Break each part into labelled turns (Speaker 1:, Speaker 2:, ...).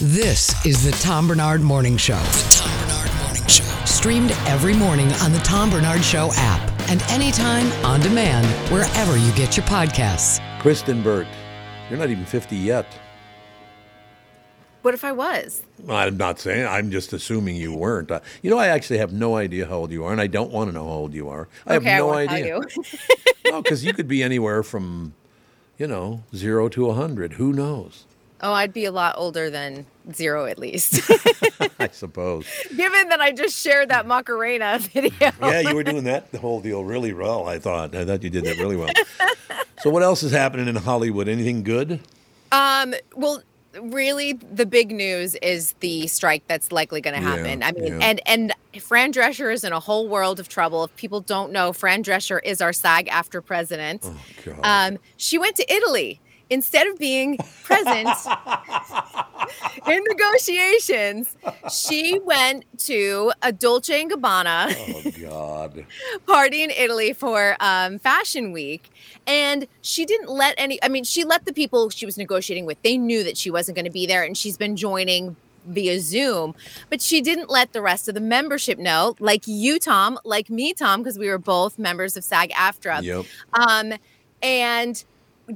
Speaker 1: This is the Tom Bernard Morning Show. The Tom Bernard Morning Show. Streamed every morning on the Tom Bernard Show app and anytime on demand wherever you get your podcasts.
Speaker 2: Kristen Burt, you're not even 50 yet.
Speaker 3: What if I was?
Speaker 2: I'm not saying, I'm just assuming you weren't. Uh, you know, I actually have no idea how old you are, and I don't want to know how old you are. I
Speaker 3: okay,
Speaker 2: have no
Speaker 3: I won't
Speaker 2: idea.
Speaker 3: Tell you.
Speaker 2: no, because you could be anywhere from, you know, zero to 100. Who knows?
Speaker 3: Oh, I'd be a lot older than zero at least.
Speaker 2: I suppose.
Speaker 3: Given that I just shared that Macarena video.
Speaker 2: yeah, you were doing that the whole deal really well. I thought. I thought you did that really well. so, what else is happening in Hollywood? Anything good?
Speaker 3: Um, well, really, the big news is the strike that's likely going to
Speaker 2: Yeah,
Speaker 3: happen. I mean,
Speaker 2: yeah.
Speaker 3: and and Fran Drescher is in a whole world of trouble. If people don't know, Fran Drescher is our SAG after president.
Speaker 2: Oh God.
Speaker 3: Um, she went to Italy instead of being present in negotiations. She went to a Dolce and Gabbana
Speaker 2: oh God.
Speaker 3: party in Italy for um, Fashion Week, and she didn't let any. I mean, she let the people she was negotiating with. They knew that she wasn't going to be there, and she's been joining via Zoom, but she didn't let the rest of the membership know. Like you, Tom, like me, Tom, because we were both members of SAG-AFTRA.
Speaker 2: Yep.
Speaker 3: Um, and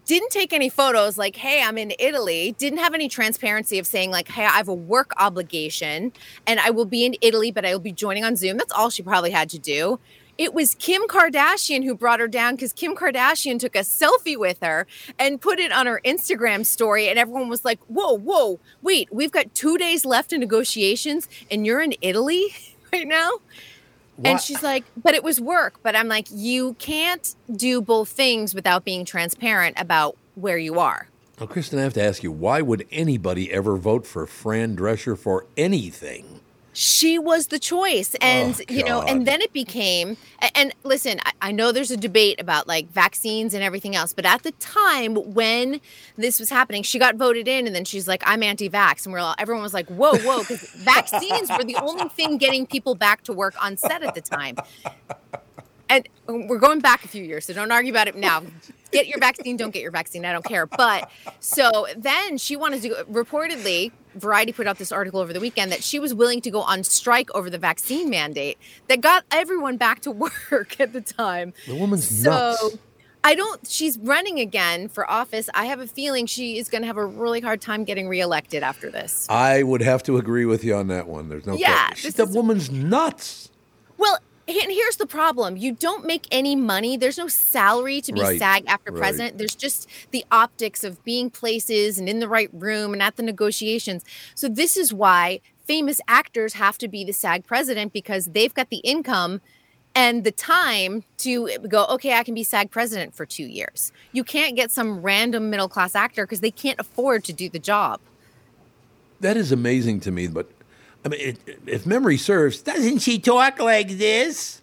Speaker 3: didn't take any photos like hey i'm in italy didn't have any transparency of saying like hey i have a work obligation and i will be in italy but i will be joining on zoom that's all she probably had to do it was kim kardashian who brought her down because kim kardashian took a selfie with her and put it on her instagram story and everyone was like whoa whoa wait we've got two days left in negotiations and you're in italy right now and
Speaker 2: What-
Speaker 3: she's like, but it was work. But I'm like, you can't do both things without being transparent about where you are.
Speaker 2: Now, Kristen, I have to ask you, why would anybody ever vote for Fran Drescher for anything?
Speaker 3: She was the choice. And,
Speaker 2: Oh,
Speaker 3: you know,
Speaker 2: God.
Speaker 3: and then it became, a- and listen, I, I know there's a debate about like vaccines and everything else, but at the time when this was happening, she got voted in and then she's like, I'm anti vax. And we're all, everyone was like, whoa, whoa, because vaccines were the only thing getting people back to work on set at the time. and we're going back a few years, so don't argue about it now. Get your vaccine, don't get your vaccine. I don't care. But so then she wanted to go, reportedly, Variety put out this article over the weekend that she was willing to go on strike over the vaccine mandate that got everyone back to work at the time.
Speaker 2: The woman's
Speaker 3: So
Speaker 2: nuts.
Speaker 3: I don't, she's running again for office. I have a feeling she is going to have a really hard time getting reelected after this.
Speaker 2: I would have to agree with you on that one. There's no
Speaker 3: Yeah,
Speaker 2: question. She's-
Speaker 3: this
Speaker 2: The
Speaker 3: is-
Speaker 2: woman's nuts.
Speaker 3: Well, he- and here's the problem: you don't make any money. There's no salary to be
Speaker 2: Right,
Speaker 3: SAG after
Speaker 2: right.
Speaker 3: president. There's just the optics of being places and in the right room and at the negotiations. So this is why famous actors have to be the SAG president because they've got the income and the time to go okay i can be sag president for two years you can't get some random middle class actor because they can't afford to do the job
Speaker 2: That is amazing to me. But I mean, it, if memory serves, doesn't she talk like this?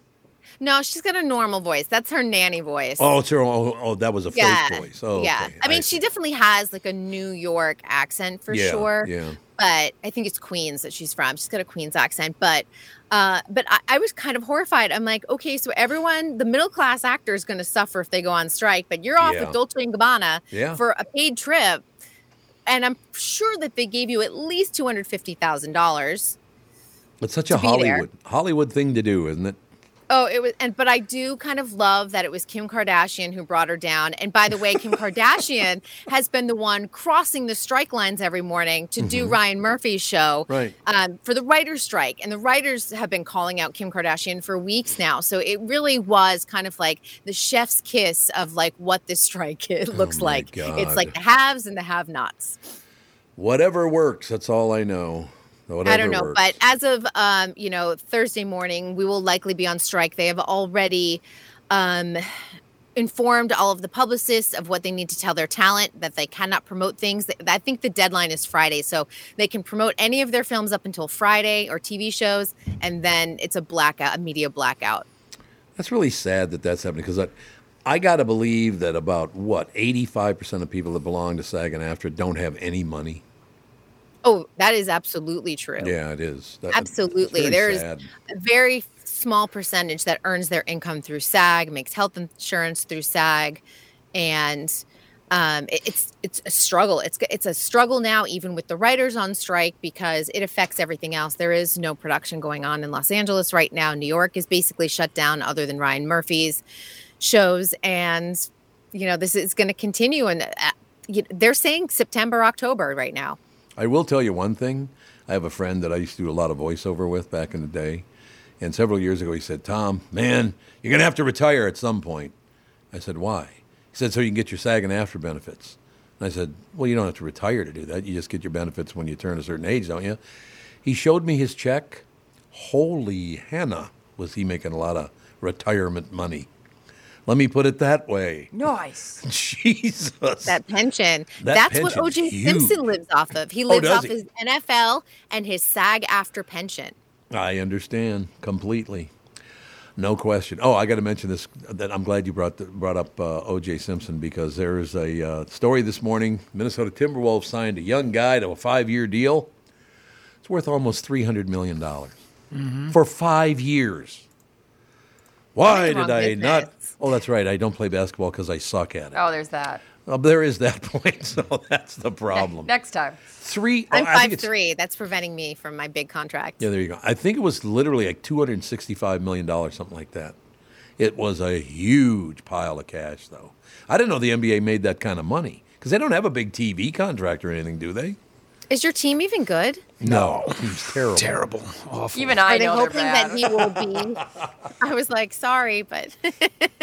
Speaker 3: no she's got a normal voice that's her nanny voice
Speaker 2: Oh, it's her. Oh, oh that was a fake voice. Oh,
Speaker 3: yeah.
Speaker 2: okay.
Speaker 3: I mean, she
Speaker 2: see.
Speaker 3: definitely has like a New York accent for
Speaker 2: Yeah,
Speaker 3: sure.
Speaker 2: yeah.
Speaker 3: But I think it's Queens that she's from. She's got a Queens accent. But uh, but I, I was kind of horrified. I'm like, okay, so everyone, the middle class actor is going to suffer if they go on strike. But you're off
Speaker 2: Yeah.
Speaker 3: with Dolce and Gabbana
Speaker 2: Yeah.
Speaker 3: for a paid trip, and I'm sure that they gave you at least two hundred fifty thousand dollars.
Speaker 2: It's such a
Speaker 3: be there.
Speaker 2: Hollywood Hollywood thing to do, isn't it?
Speaker 3: Oh, it was, and but I do kind of love that it was Kim Kardashian who brought her down. And by the way, Kim Kardashian has been the one crossing the strike lines every morning to do Ryan Murphy's show
Speaker 2: Mm-hmm. Right.
Speaker 3: um, for the writer's strike. And the writers have been calling out Kim Kardashian for weeks now. So it really was kind of like the chef's kiss of like what this strike is- looks
Speaker 2: Oh my
Speaker 3: like. It's
Speaker 2: God.
Speaker 3: like the haves and the have nots.
Speaker 2: Whatever works. That's all I know. Whatever
Speaker 3: I don't know,
Speaker 2: works.
Speaker 3: but as of um, you know Thursday morning, we will likely be on strike. They have already um, informed all of the publicists of what they need to tell their talent that they cannot promote things. Th- I think the deadline is Friday, so they can promote any of their films up until Friday or TV shows, and then it's a blackout, a media blackout.
Speaker 2: That's really sad that that's happening because I, I got to believe that about what eighty five percent of people that belong to SAG and AFTRA don't have any money.
Speaker 3: Oh, that is absolutely true.
Speaker 2: Yeah, it is. That- it's
Speaker 3: Absolutely.
Speaker 2: very
Speaker 3: There is
Speaker 2: sad.
Speaker 3: a very small percentage that earns their income through SAG, makes health insurance through SAG, and um, it- it's it's a struggle. It's it's a struggle now, even with the writers on strike, because it affects everything else. There is no production going on in Los Angeles right now. New York is basically shut down, other than Ryan Murphy's shows, and you know this is going to continue. And uh, you they're saying September, October right now.
Speaker 2: I will tell you one thing. I have a friend that I used to do a lot of voiceover with back in the day. And several years ago, he said, Tom, man, you're going to have to retire at some point. I said, why? He said, so you can get your SAG and after benefits. And I said, well, you don't have to retire to do that. You just get your benefits when you turn a certain age, don't you? He showed me his check. Holy Hannah, was he making a lot of retirement money. Let me put it that way.
Speaker 4: Nice.
Speaker 2: Jesus.
Speaker 3: That pension.
Speaker 2: That
Speaker 3: That's what
Speaker 2: pension's
Speaker 3: O.J.
Speaker 2: huge. Oh,
Speaker 3: Simpson lives off of. He lives
Speaker 2: does
Speaker 3: off
Speaker 2: he?
Speaker 3: his NFL and his SAG after pension.
Speaker 2: I understand completely. No question. Oh, I got to mention this. That I'm glad you brought the, brought up uh, O.J. Simpson because there is a uh, story this morning. Minnesota Timberwolves signed a young guy to a five-year deal. It's worth almost three hundred million dollars
Speaker 3: Mm-hmm.
Speaker 2: for five years. Why
Speaker 3: That's the
Speaker 2: did
Speaker 3: wrong
Speaker 2: I not?
Speaker 3: business.
Speaker 2: Oh, that's right. I don't play basketball because I suck at it.
Speaker 4: Oh, there's that.
Speaker 2: Uh, there is that point. So that's the problem.
Speaker 4: Next time.
Speaker 2: Three. oh,
Speaker 3: I'm
Speaker 2: I think
Speaker 3: five
Speaker 2: it's-
Speaker 3: three. That's preventing me from my big contract.
Speaker 2: Yeah, there you go. I think it was literally like two hundred and sixty-five million dollars, something like that. It was a huge pile of cash, though. I didn't know the NBA made that kind of money because they don't have a big TV contract or anything, do they?
Speaker 3: Is your team even good?
Speaker 2: No, it's terrible.
Speaker 5: Terrible. Awful.
Speaker 4: Even I
Speaker 3: Are they
Speaker 4: know they're
Speaker 3: hoping
Speaker 4: bad.
Speaker 3: that he will be? I was like, sorry, but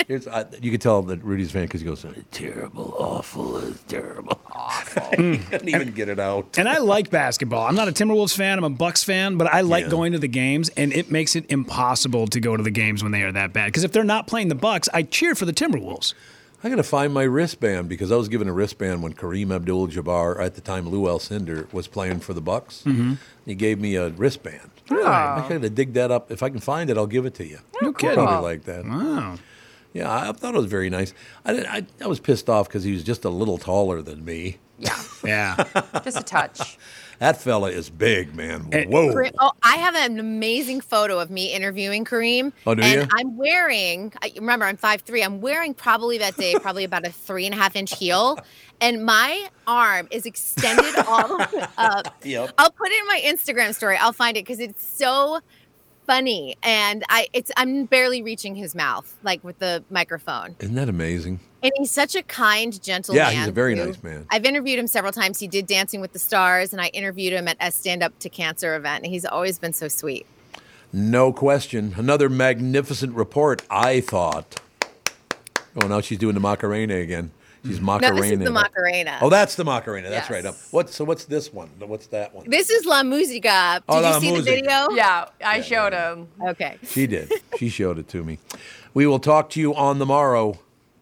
Speaker 2: Here's, I, you could tell that Rudy's fan because he goes, "Terrible, awful, it's terrible." he couldn't even get it out.
Speaker 5: And I like basketball. I'm not a Timberwolves fan. I'm a Bucks fan, but I like
Speaker 2: Yeah.
Speaker 5: going to the games, and it makes it impossible to go to the games when they are that bad. Because if they're not playing the Bucks, I cheer for the Timberwolves.
Speaker 2: I gotta find my wristband because I was given a wristband when Kareem Abdul-Jabbar, or at the time Lou Alcindor, was playing for the Bucks.
Speaker 5: Mm-hmm.
Speaker 2: He gave me a wristband. Really? I gotta dig that up. If I can find it, I'll give it to you. No
Speaker 5: kidding.
Speaker 2: Probably like that.
Speaker 5: Wow.
Speaker 2: Yeah, I I thought it was very nice. I did, I, I was pissed off because he was just a little taller than me.
Speaker 4: yeah,
Speaker 5: Yeah.
Speaker 4: just a touch.
Speaker 2: That fella is big, man.
Speaker 5: And-
Speaker 2: Whoa.
Speaker 3: Kareem- oh, I have an amazing photo of me interviewing Kareem.
Speaker 2: Oh, do
Speaker 3: and
Speaker 2: you?
Speaker 3: I'm wearing. I, remember, I'm five three. I'm wearing probably that day probably about a three and a half inch heel, and my arm is extended all the way up.
Speaker 2: Yep.
Speaker 3: I'll put it in my Instagram story. I'll find it because it's so funny, and I it's I'm barely reaching his mouth like with the microphone.
Speaker 2: Isn't that amazing?
Speaker 3: And he's such a kind, gentle
Speaker 2: Yeah,
Speaker 3: man.
Speaker 2: he's a very
Speaker 3: who-
Speaker 2: nice man.
Speaker 3: I've interviewed him several times. He did Dancing with the Stars, and I interviewed him at a stand up to cancer event, and he's always been so sweet.
Speaker 2: No question. Another magnificent report, I thought. Oh, now she's doing the Macarena again. She's
Speaker 3: No,
Speaker 2: Macarena.
Speaker 3: this is the Macarena.
Speaker 2: Oh, that's the Macarena. That's right.
Speaker 4: Yes.
Speaker 2: Up. What? So what's this one? What's that one?
Speaker 3: this is La Musica. Did
Speaker 2: Oh, La
Speaker 3: you see the
Speaker 2: Musica.
Speaker 3: video?
Speaker 4: Yeah, I showed him.
Speaker 3: Okay.
Speaker 2: She did. she showed it to me. We will talk to you on the morrow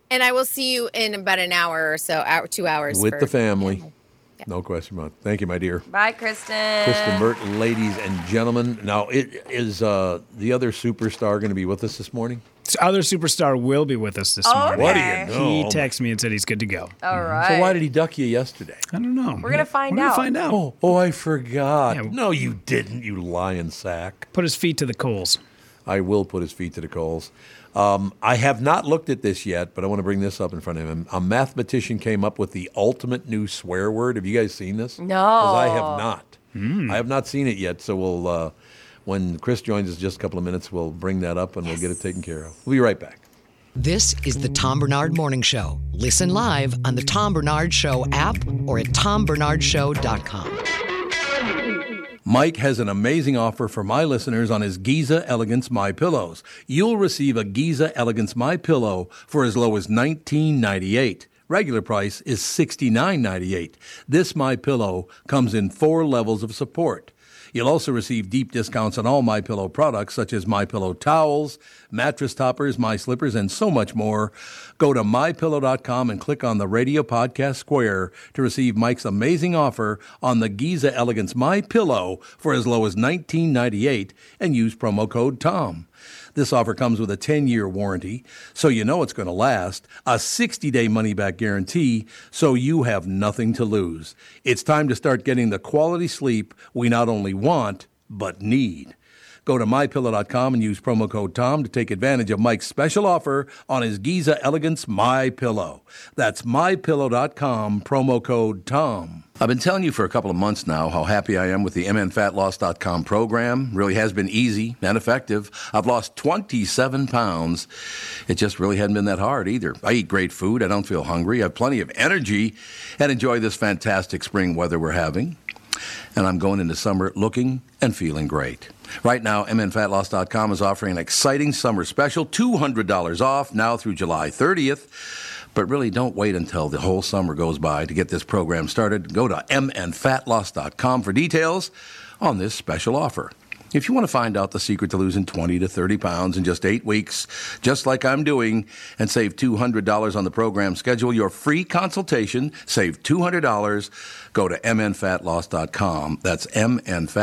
Speaker 3: And I will see you in about an hour or so, hour, two hours.
Speaker 2: with
Speaker 3: for-
Speaker 2: the family. No question about. it. Thank you, my dear.
Speaker 4: Bye, Kristen.
Speaker 2: Kristen Burt, ladies and gentlemen. Now, it is uh, the other superstar going to be with us this morning?
Speaker 5: So other superstar will be with us this
Speaker 4: Oh,
Speaker 5: morning.
Speaker 2: What do
Speaker 4: Okay.
Speaker 2: you know?
Speaker 5: He texted me and said he's good to go.
Speaker 4: All right.
Speaker 2: So why did he duck you yesterday?
Speaker 5: I don't know.
Speaker 4: We're gonna find
Speaker 5: We're gonna
Speaker 4: out.
Speaker 5: find out.
Speaker 2: Oh, oh, I forgot.
Speaker 5: Yeah.
Speaker 2: No, you didn't, you lion sack.
Speaker 5: Put his feet to the coals.
Speaker 2: I will put his feet to the coals. Um, I have not looked at this yet, but I want to bring this up in front of him. A mathematician came up with the ultimate new swear word. Have you guys seen this?
Speaker 4: No.
Speaker 2: Because I have not. I have not seen it yet. So we'll, uh, when Chris joins us in just a couple of minutes, we'll bring that up and we'll get it taken care of. We'll be right back.
Speaker 1: This is the Tom Bernard Morning Show. Listen live on the Tom Bernard Show app or at tombernardshow.com.
Speaker 2: Mike has an amazing offer for my listeners on his Giza Elegance My Pillows. You'll receive a Giza Elegance My Pillow for as low as $19.98. Regular price is $69.98. This My Pillow comes in four levels of support. You'll also receive deep discounts on all My Pillow products such as My Pillow towels, mattress toppers, My Slippers, and so much more. Go to mypillow.com and click on the radio podcast square to receive Mike's amazing offer on the Giza Elegance My Pillow for as low as $19.98 and use promo code TOM. This offer comes with a 10 year warranty, so you know it's going to last, a 60 day money back guarantee, so you have nothing to lose. It's time to start getting the quality sleep we not only want, but need. Go to mypillow.com and use promo code TOM to take advantage of Mike's special offer on his Giza Elegance My Pillow. That's mypillow.com, promo code TOM. I've been telling you for a couple of months now how happy I am with the MNFatLoss.com program. Really has been easy and effective. I've lost 27 pounds. It just really hadn't been that hard either. I eat great food. I don't feel hungry. I have plenty of energy and enjoy this fantastic spring weather we're having and I'm going into summer looking and feeling great. Right now, MNFatLoss.com is offering an exciting summer special, $200 off now through July 30th. But really, don't wait until the whole summer goes by to get this program started. Go to MNFatLoss.com for details on this special offer. If you want to find out the secret to losing 20 to 30 pounds in just eight weeks, just like I'm doing, and save $200 on the program, schedule your free consultation, save $200. Go to mnfatloss.com. That's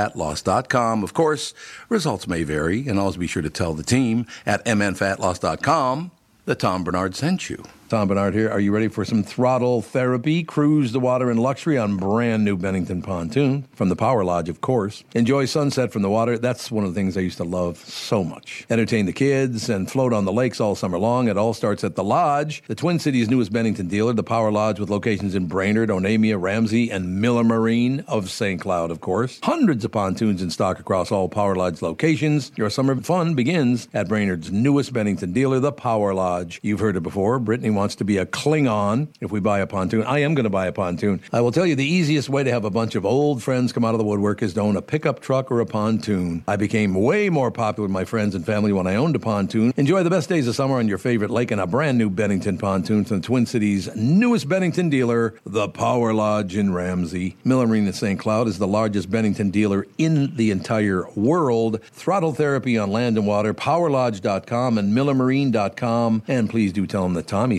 Speaker 2: mnfatloss.com. Of course, results may vary, and always be sure to tell the team at mnfatloss.com that Tom Bernard sent you. Tom Bernard here. Are you ready for some throttle therapy? Cruise the water in luxury on brand new Bennington pontoon from the Power Lodge, of course. Enjoy sunset from the water. That's one of the things I used to love so much. Entertain the kids and float on the lakes all summer long. It all starts at the Lodge, the Twin Cities' newest Bennington dealer, the Power Lodge, with locations in Brainerd, Onamia, Ramsey, and Miller Marine of St. Cloud, of course. Hundreds of pontoons in stock across all Power Lodge locations. Your summer fun begins at Brainerd's newest Bennington dealer, the Power Lodge. You've heard it before. Brittany wants to be a Klingon if we buy a pontoon. I am going to buy a pontoon. I will tell you the easiest way to have a bunch of old friends come out of the woodwork is to own a pickup truck or a pontoon. I became way more popular with my friends and family when I owned a pontoon. Enjoy the best days of summer on your favorite lake in a brand new Bennington pontoon from the Twin Cities' newest Bennington dealer, the Power Lodge in Ramsey. Millerine in St. Cloud is the largest Bennington dealer in the entire world. Throttle therapy on land and water, powerlodge.com and millermarine.com. And please do tell them that Tommy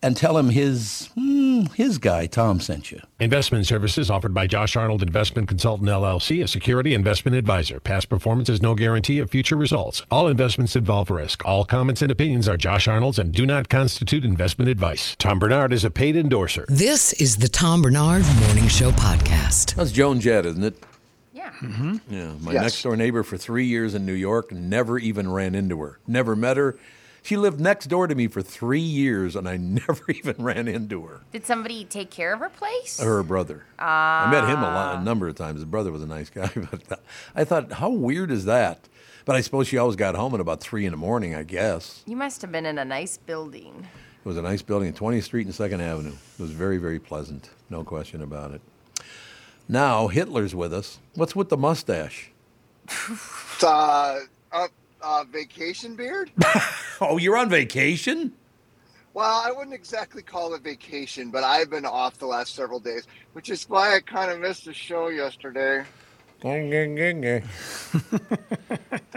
Speaker 2: and tell him his, hmm, his guy, Tom, sent you.
Speaker 6: Investment services offered by Josh Arnold Investment Consultant LLC, a security investment advisor. Past performance is no guarantee of future results. All investments involve risk. All comments and opinions are Josh Arnold's and do not constitute investment advice. Tom Bernard is a paid endorser.
Speaker 1: This is the Tom Bernard Morning Show Podcast.
Speaker 2: That's Joan Jett, isn't it?
Speaker 4: Yeah.
Speaker 2: Yeah, my
Speaker 7: Yes.
Speaker 2: next door neighbor for three years in New York, never even ran into her, never met her. She lived next door to me for three years, and I never even ran into her.
Speaker 4: Did somebody take care of her place?
Speaker 2: Her brother. I met him a lot, a number of times. His brother was a nice guy, but uh, I thought, how weird is that? But I suppose she always got home at about three in the morning. I guess
Speaker 4: You must have been in a nice building.
Speaker 2: it was a nice building, at 20th Street and Second Avenue. It was very, very pleasant, no question about it. Now Hitler's with us. What's with the mustache?
Speaker 7: Uh, uh, uh, vacation beard?
Speaker 2: Oh, you're on vacation.
Speaker 7: Well, I wouldn't exactly call it vacation, but I've been off the last several days, which is why I kind of missed the show yesterday.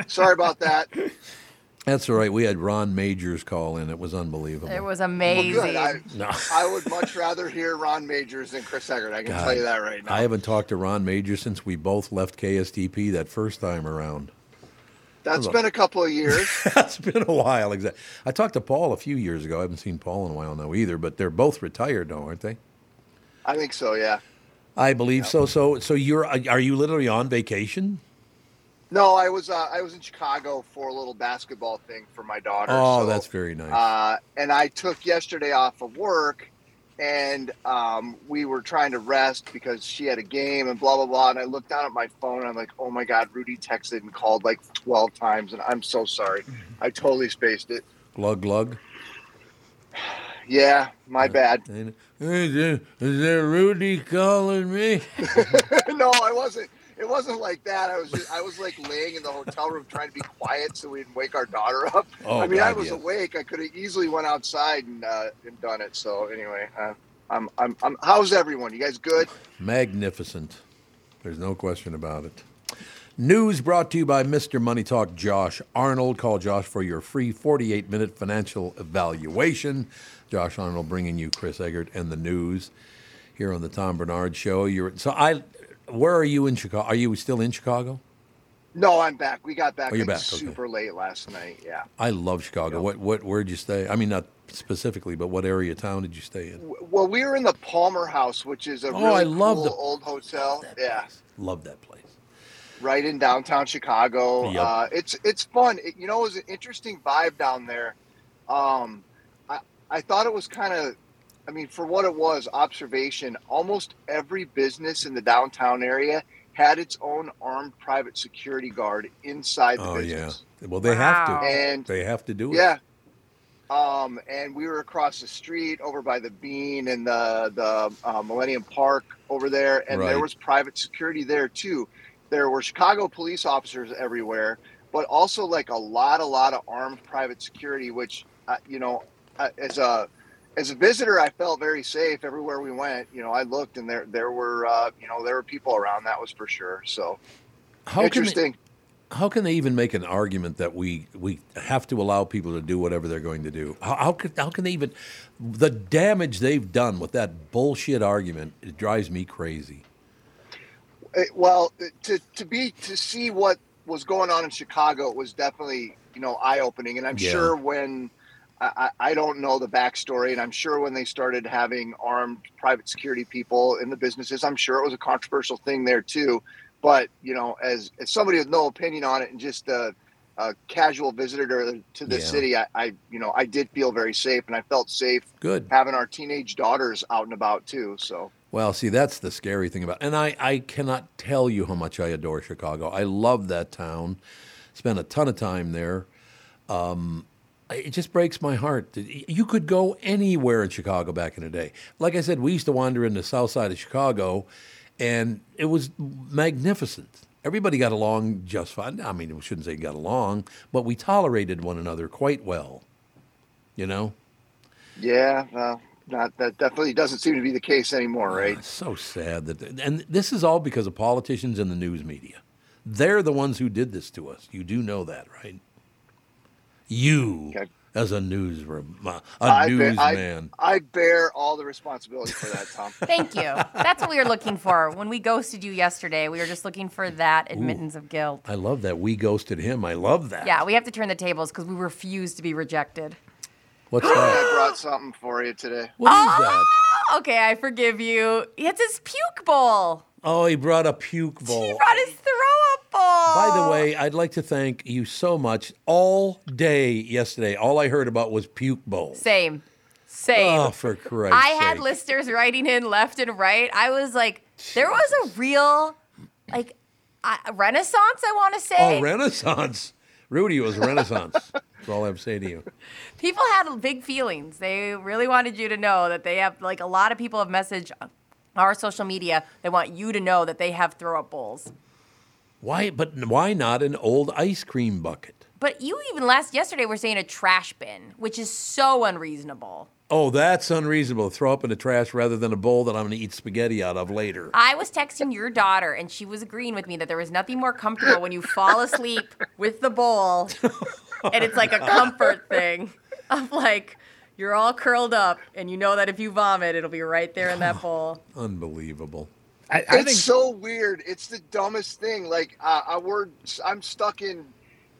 Speaker 7: Sorry about that.
Speaker 2: That's all right. We had Ron Majors call in. It was unbelievable.
Speaker 4: It was
Speaker 7: Well,
Speaker 4: amazing.
Speaker 7: good. I,
Speaker 2: No.
Speaker 7: I would much rather hear Ron Majors than Chris Eggert. I can tell you that right now.
Speaker 2: I haven't talked to Ron Majors since we both left KSTP that first time around.
Speaker 7: That's been a couple of years.
Speaker 2: That's been a while. Exactly. I talked to Paul a few years ago. I haven't seen Paul in a while now either. But they're both retired now, aren't they?
Speaker 7: I think so, yeah.
Speaker 2: I believe so. So, so you're uh, are you literally on vacation?
Speaker 7: No, I was uh, I was in Chicago for a little basketball thing for my daughter.
Speaker 2: Oh,
Speaker 7: so,
Speaker 2: that's very nice.
Speaker 7: Uh, and I took yesterday off of work, and um, we were trying to rest because she had a game and blah blah blah. And I looked down at my phone and I'm like, oh my god, Rudy texted and called like 12 times, and I'm so sorry. I totally spaced it.
Speaker 2: glug glug.
Speaker 7: Yeah, my bad.
Speaker 2: Is there, is there Rudy calling me?
Speaker 7: no, I wasn't. it wasn't like that. I was just, I was like laying in the hotel room trying to be quiet so we didn't wake our daughter up.
Speaker 2: Oh,
Speaker 7: I mean, I
Speaker 2: God,
Speaker 7: was
Speaker 2: yeah.
Speaker 7: awake. I could have easily went outside and, uh, and done it. So anyway, uh, I'm, I'm I'm how's everyone? You guys good?
Speaker 2: Magnificent. There's no question about it. News brought to you by Mr. Money Talk Josh Arnold. Call Josh for your free 48 minute financial evaluation. Josh Arnold bringing you Chris Eggert and the news here on the Tom Bernard Show. You're so I. Where are you in Chicago? Are you still in Chicago?
Speaker 7: No, I'm back. We got back,
Speaker 2: Oh, you're
Speaker 7: like,
Speaker 2: back, okay.
Speaker 7: super late last night. Yeah.
Speaker 2: I love Chicago. What what where'd you stay? I mean, not specifically, but what area of town did you stay in?
Speaker 7: W- Well, we were in the Palmer House, which is a
Speaker 2: Oh,
Speaker 7: really
Speaker 2: I love
Speaker 7: cool
Speaker 2: the-
Speaker 7: old hotel. Yeah.
Speaker 2: Love that place.
Speaker 7: right in downtown Chicago.
Speaker 2: Yep.
Speaker 7: Uh, it's it's fun. It, you know, it was an interesting vibe down there. Um, I I thought it was kind of, I mean, for what it was, observation. Almost every business in the downtown area had its own armed private security guard inside the
Speaker 2: Oh yeah.
Speaker 7: business.
Speaker 2: Well, they have
Speaker 4: Wow.
Speaker 2: to.
Speaker 7: And
Speaker 2: They have to do it.
Speaker 7: yeah. Um, and we were across the street over by the Bean and the the uh, Millennium Park over there, and there
Speaker 2: Right.
Speaker 7: was private security there too. There were Chicago police officers everywhere, but also like a lot, a lot of armed private security, which uh, you know, uh, as a as a visitor, I felt very safe everywhere we went. You know, I looked and there there were uh, you know there were people around. That was for sure. So
Speaker 2: How can they-
Speaker 7: interesting.
Speaker 2: how can they even make an argument that we we have to allow people to do whatever they're going to do? How how can, how can they even the damage they've done with that bullshit argument? It drives me crazy.
Speaker 7: it- Uh, well to, to be to see what was going on in chicago was definitely you know eye-opening and i'm
Speaker 2: Yeah.
Speaker 7: sure when I, I I don't know the backstory and i'm sure when they started having armed private security people in the businesses i'm sure it was a controversial thing there too but you know as, as somebody with no opinion on it and just a, a casual visitor to the
Speaker 2: Yeah.
Speaker 7: city I, I you know i did feel very safe and i felt safe
Speaker 2: Good.
Speaker 7: having our teenage daughters out and about too so
Speaker 2: Well, see, that's the scary thing about, and I, I cannot tell you how much I adore Chicago. I love that town. Spent a ton of time there. Um, it just breaks my heart. that y- You could go anywhere in Chicago back in the day. Like I said, we used to wander in the south side of Chicago, and it was magnificent. Everybody got along just fine. I mean, we shouldn't say got along, but we tolerated one another quite well. You know,
Speaker 7: Yeah, well, not that definitely doesn't seem to be the case anymore, right?
Speaker 2: It's so sad that, and this is all because of politicians and the news media. They're the ones who did this to us. You do know that, right? You,
Speaker 7: Okay.
Speaker 2: as a newsroom, a
Speaker 7: be-
Speaker 2: newsman.
Speaker 7: I, I bear all the responsibility for that, Tom.
Speaker 4: Thank you. That's what we were looking for. When we ghosted you yesterday, we were just looking for that admittance of guilt.
Speaker 2: I, love that we ghosted him. I love that.
Speaker 4: Yeah, we have to turn the tables because we refuse to be rejected.
Speaker 2: What's that?
Speaker 7: I brought something for you today.
Speaker 2: What is that?
Speaker 4: Okay, I forgive you. It's his puke bowl.
Speaker 2: Oh, he brought a puke bowl.
Speaker 4: He brought his throw up bowl.
Speaker 2: By the way, I'd like to thank you so much. All day yesterday, all I heard about was puke bowl.
Speaker 4: same, same.
Speaker 2: Oh, for Christ's
Speaker 4: I had
Speaker 2: sake.
Speaker 4: listeners writing in left and right. I was like, there was a real, like, I, renaissance. I want to say
Speaker 2: Oh, Renaissance. Rudy was Renaissance. That's all I have to say to you.
Speaker 4: people had big feelings. They really wanted you to know that they have, like, a lot of people have messaged our social media. They want you to know that they have throw up bowls.
Speaker 2: Why? But why not an old ice cream bucket?
Speaker 4: But you even last yesterday were saying a trash bin, which is so unreasonable.
Speaker 2: Oh, that's unreasonable. Throw up in the trash rather than a bowl that I'm going to eat spaghetti out of later.
Speaker 4: I was texting your daughter, and she was agreeing with me that there was nothing more comfortable when you fall asleep with the bowl, and it's like a comfort thing of like you're all curled up, and you know that if you vomit, it'll be right there in that bowl.
Speaker 2: Unbelievable.
Speaker 5: I, I
Speaker 7: It's
Speaker 5: think
Speaker 7: so weird. It's the dumbest thing. Like uh, I were, I'm stuck in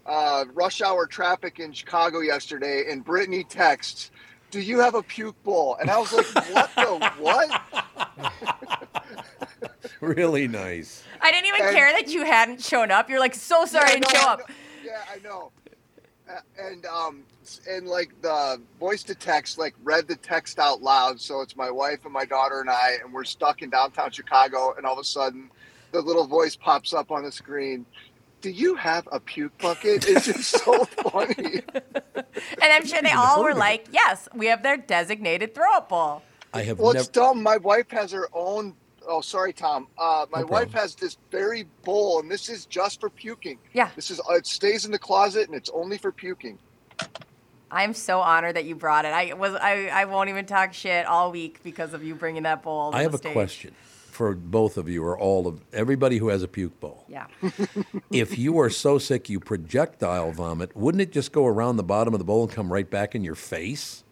Speaker 7: uh, rush hour traffic in Chicago yesterday, and Brittany texts, "Do you have a puke bowl?" And I was like, "What the what?"
Speaker 2: Really nice.
Speaker 4: I didn't even
Speaker 7: And-
Speaker 4: care that you hadn't shown up. You're like, so sorry I
Speaker 7: Yeah,
Speaker 4: didn't
Speaker 7: no,
Speaker 4: show
Speaker 7: I
Speaker 4: up.
Speaker 7: know. Yeah, I know. A- And um, s- and like the voice to text, like read the text out loud. So it's my wife and my daughter and I, and we're stuck in downtown Chicago. And all of a sudden, the little voice pops up on the screen. Do you have a puke bucket? It's just so funny.
Speaker 4: And I'm sure they all were like, yes, we have their designated throw up bowl.
Speaker 2: I have
Speaker 7: Well,
Speaker 2: never.
Speaker 7: it's dumb. My wife has her own Oh, sorry, Tom. Uh, my
Speaker 2: No
Speaker 7: wife
Speaker 2: problem.
Speaker 7: has this very bowl, and this is just for puking.
Speaker 4: Yeah.
Speaker 7: This is uh, it stays in the closet, and it's only for puking.
Speaker 4: I'm so honored that you brought it. I was I, I won't even talk shit all week because of you bringing that bowl. to
Speaker 2: I
Speaker 4: the
Speaker 2: have a
Speaker 4: stage.
Speaker 2: question for both of you or all of everybody who has a puke bowl.
Speaker 4: Yeah.
Speaker 2: if you are so sick you projectile vomit, wouldn't it just go around the bottom of the bowl and come right back in your face?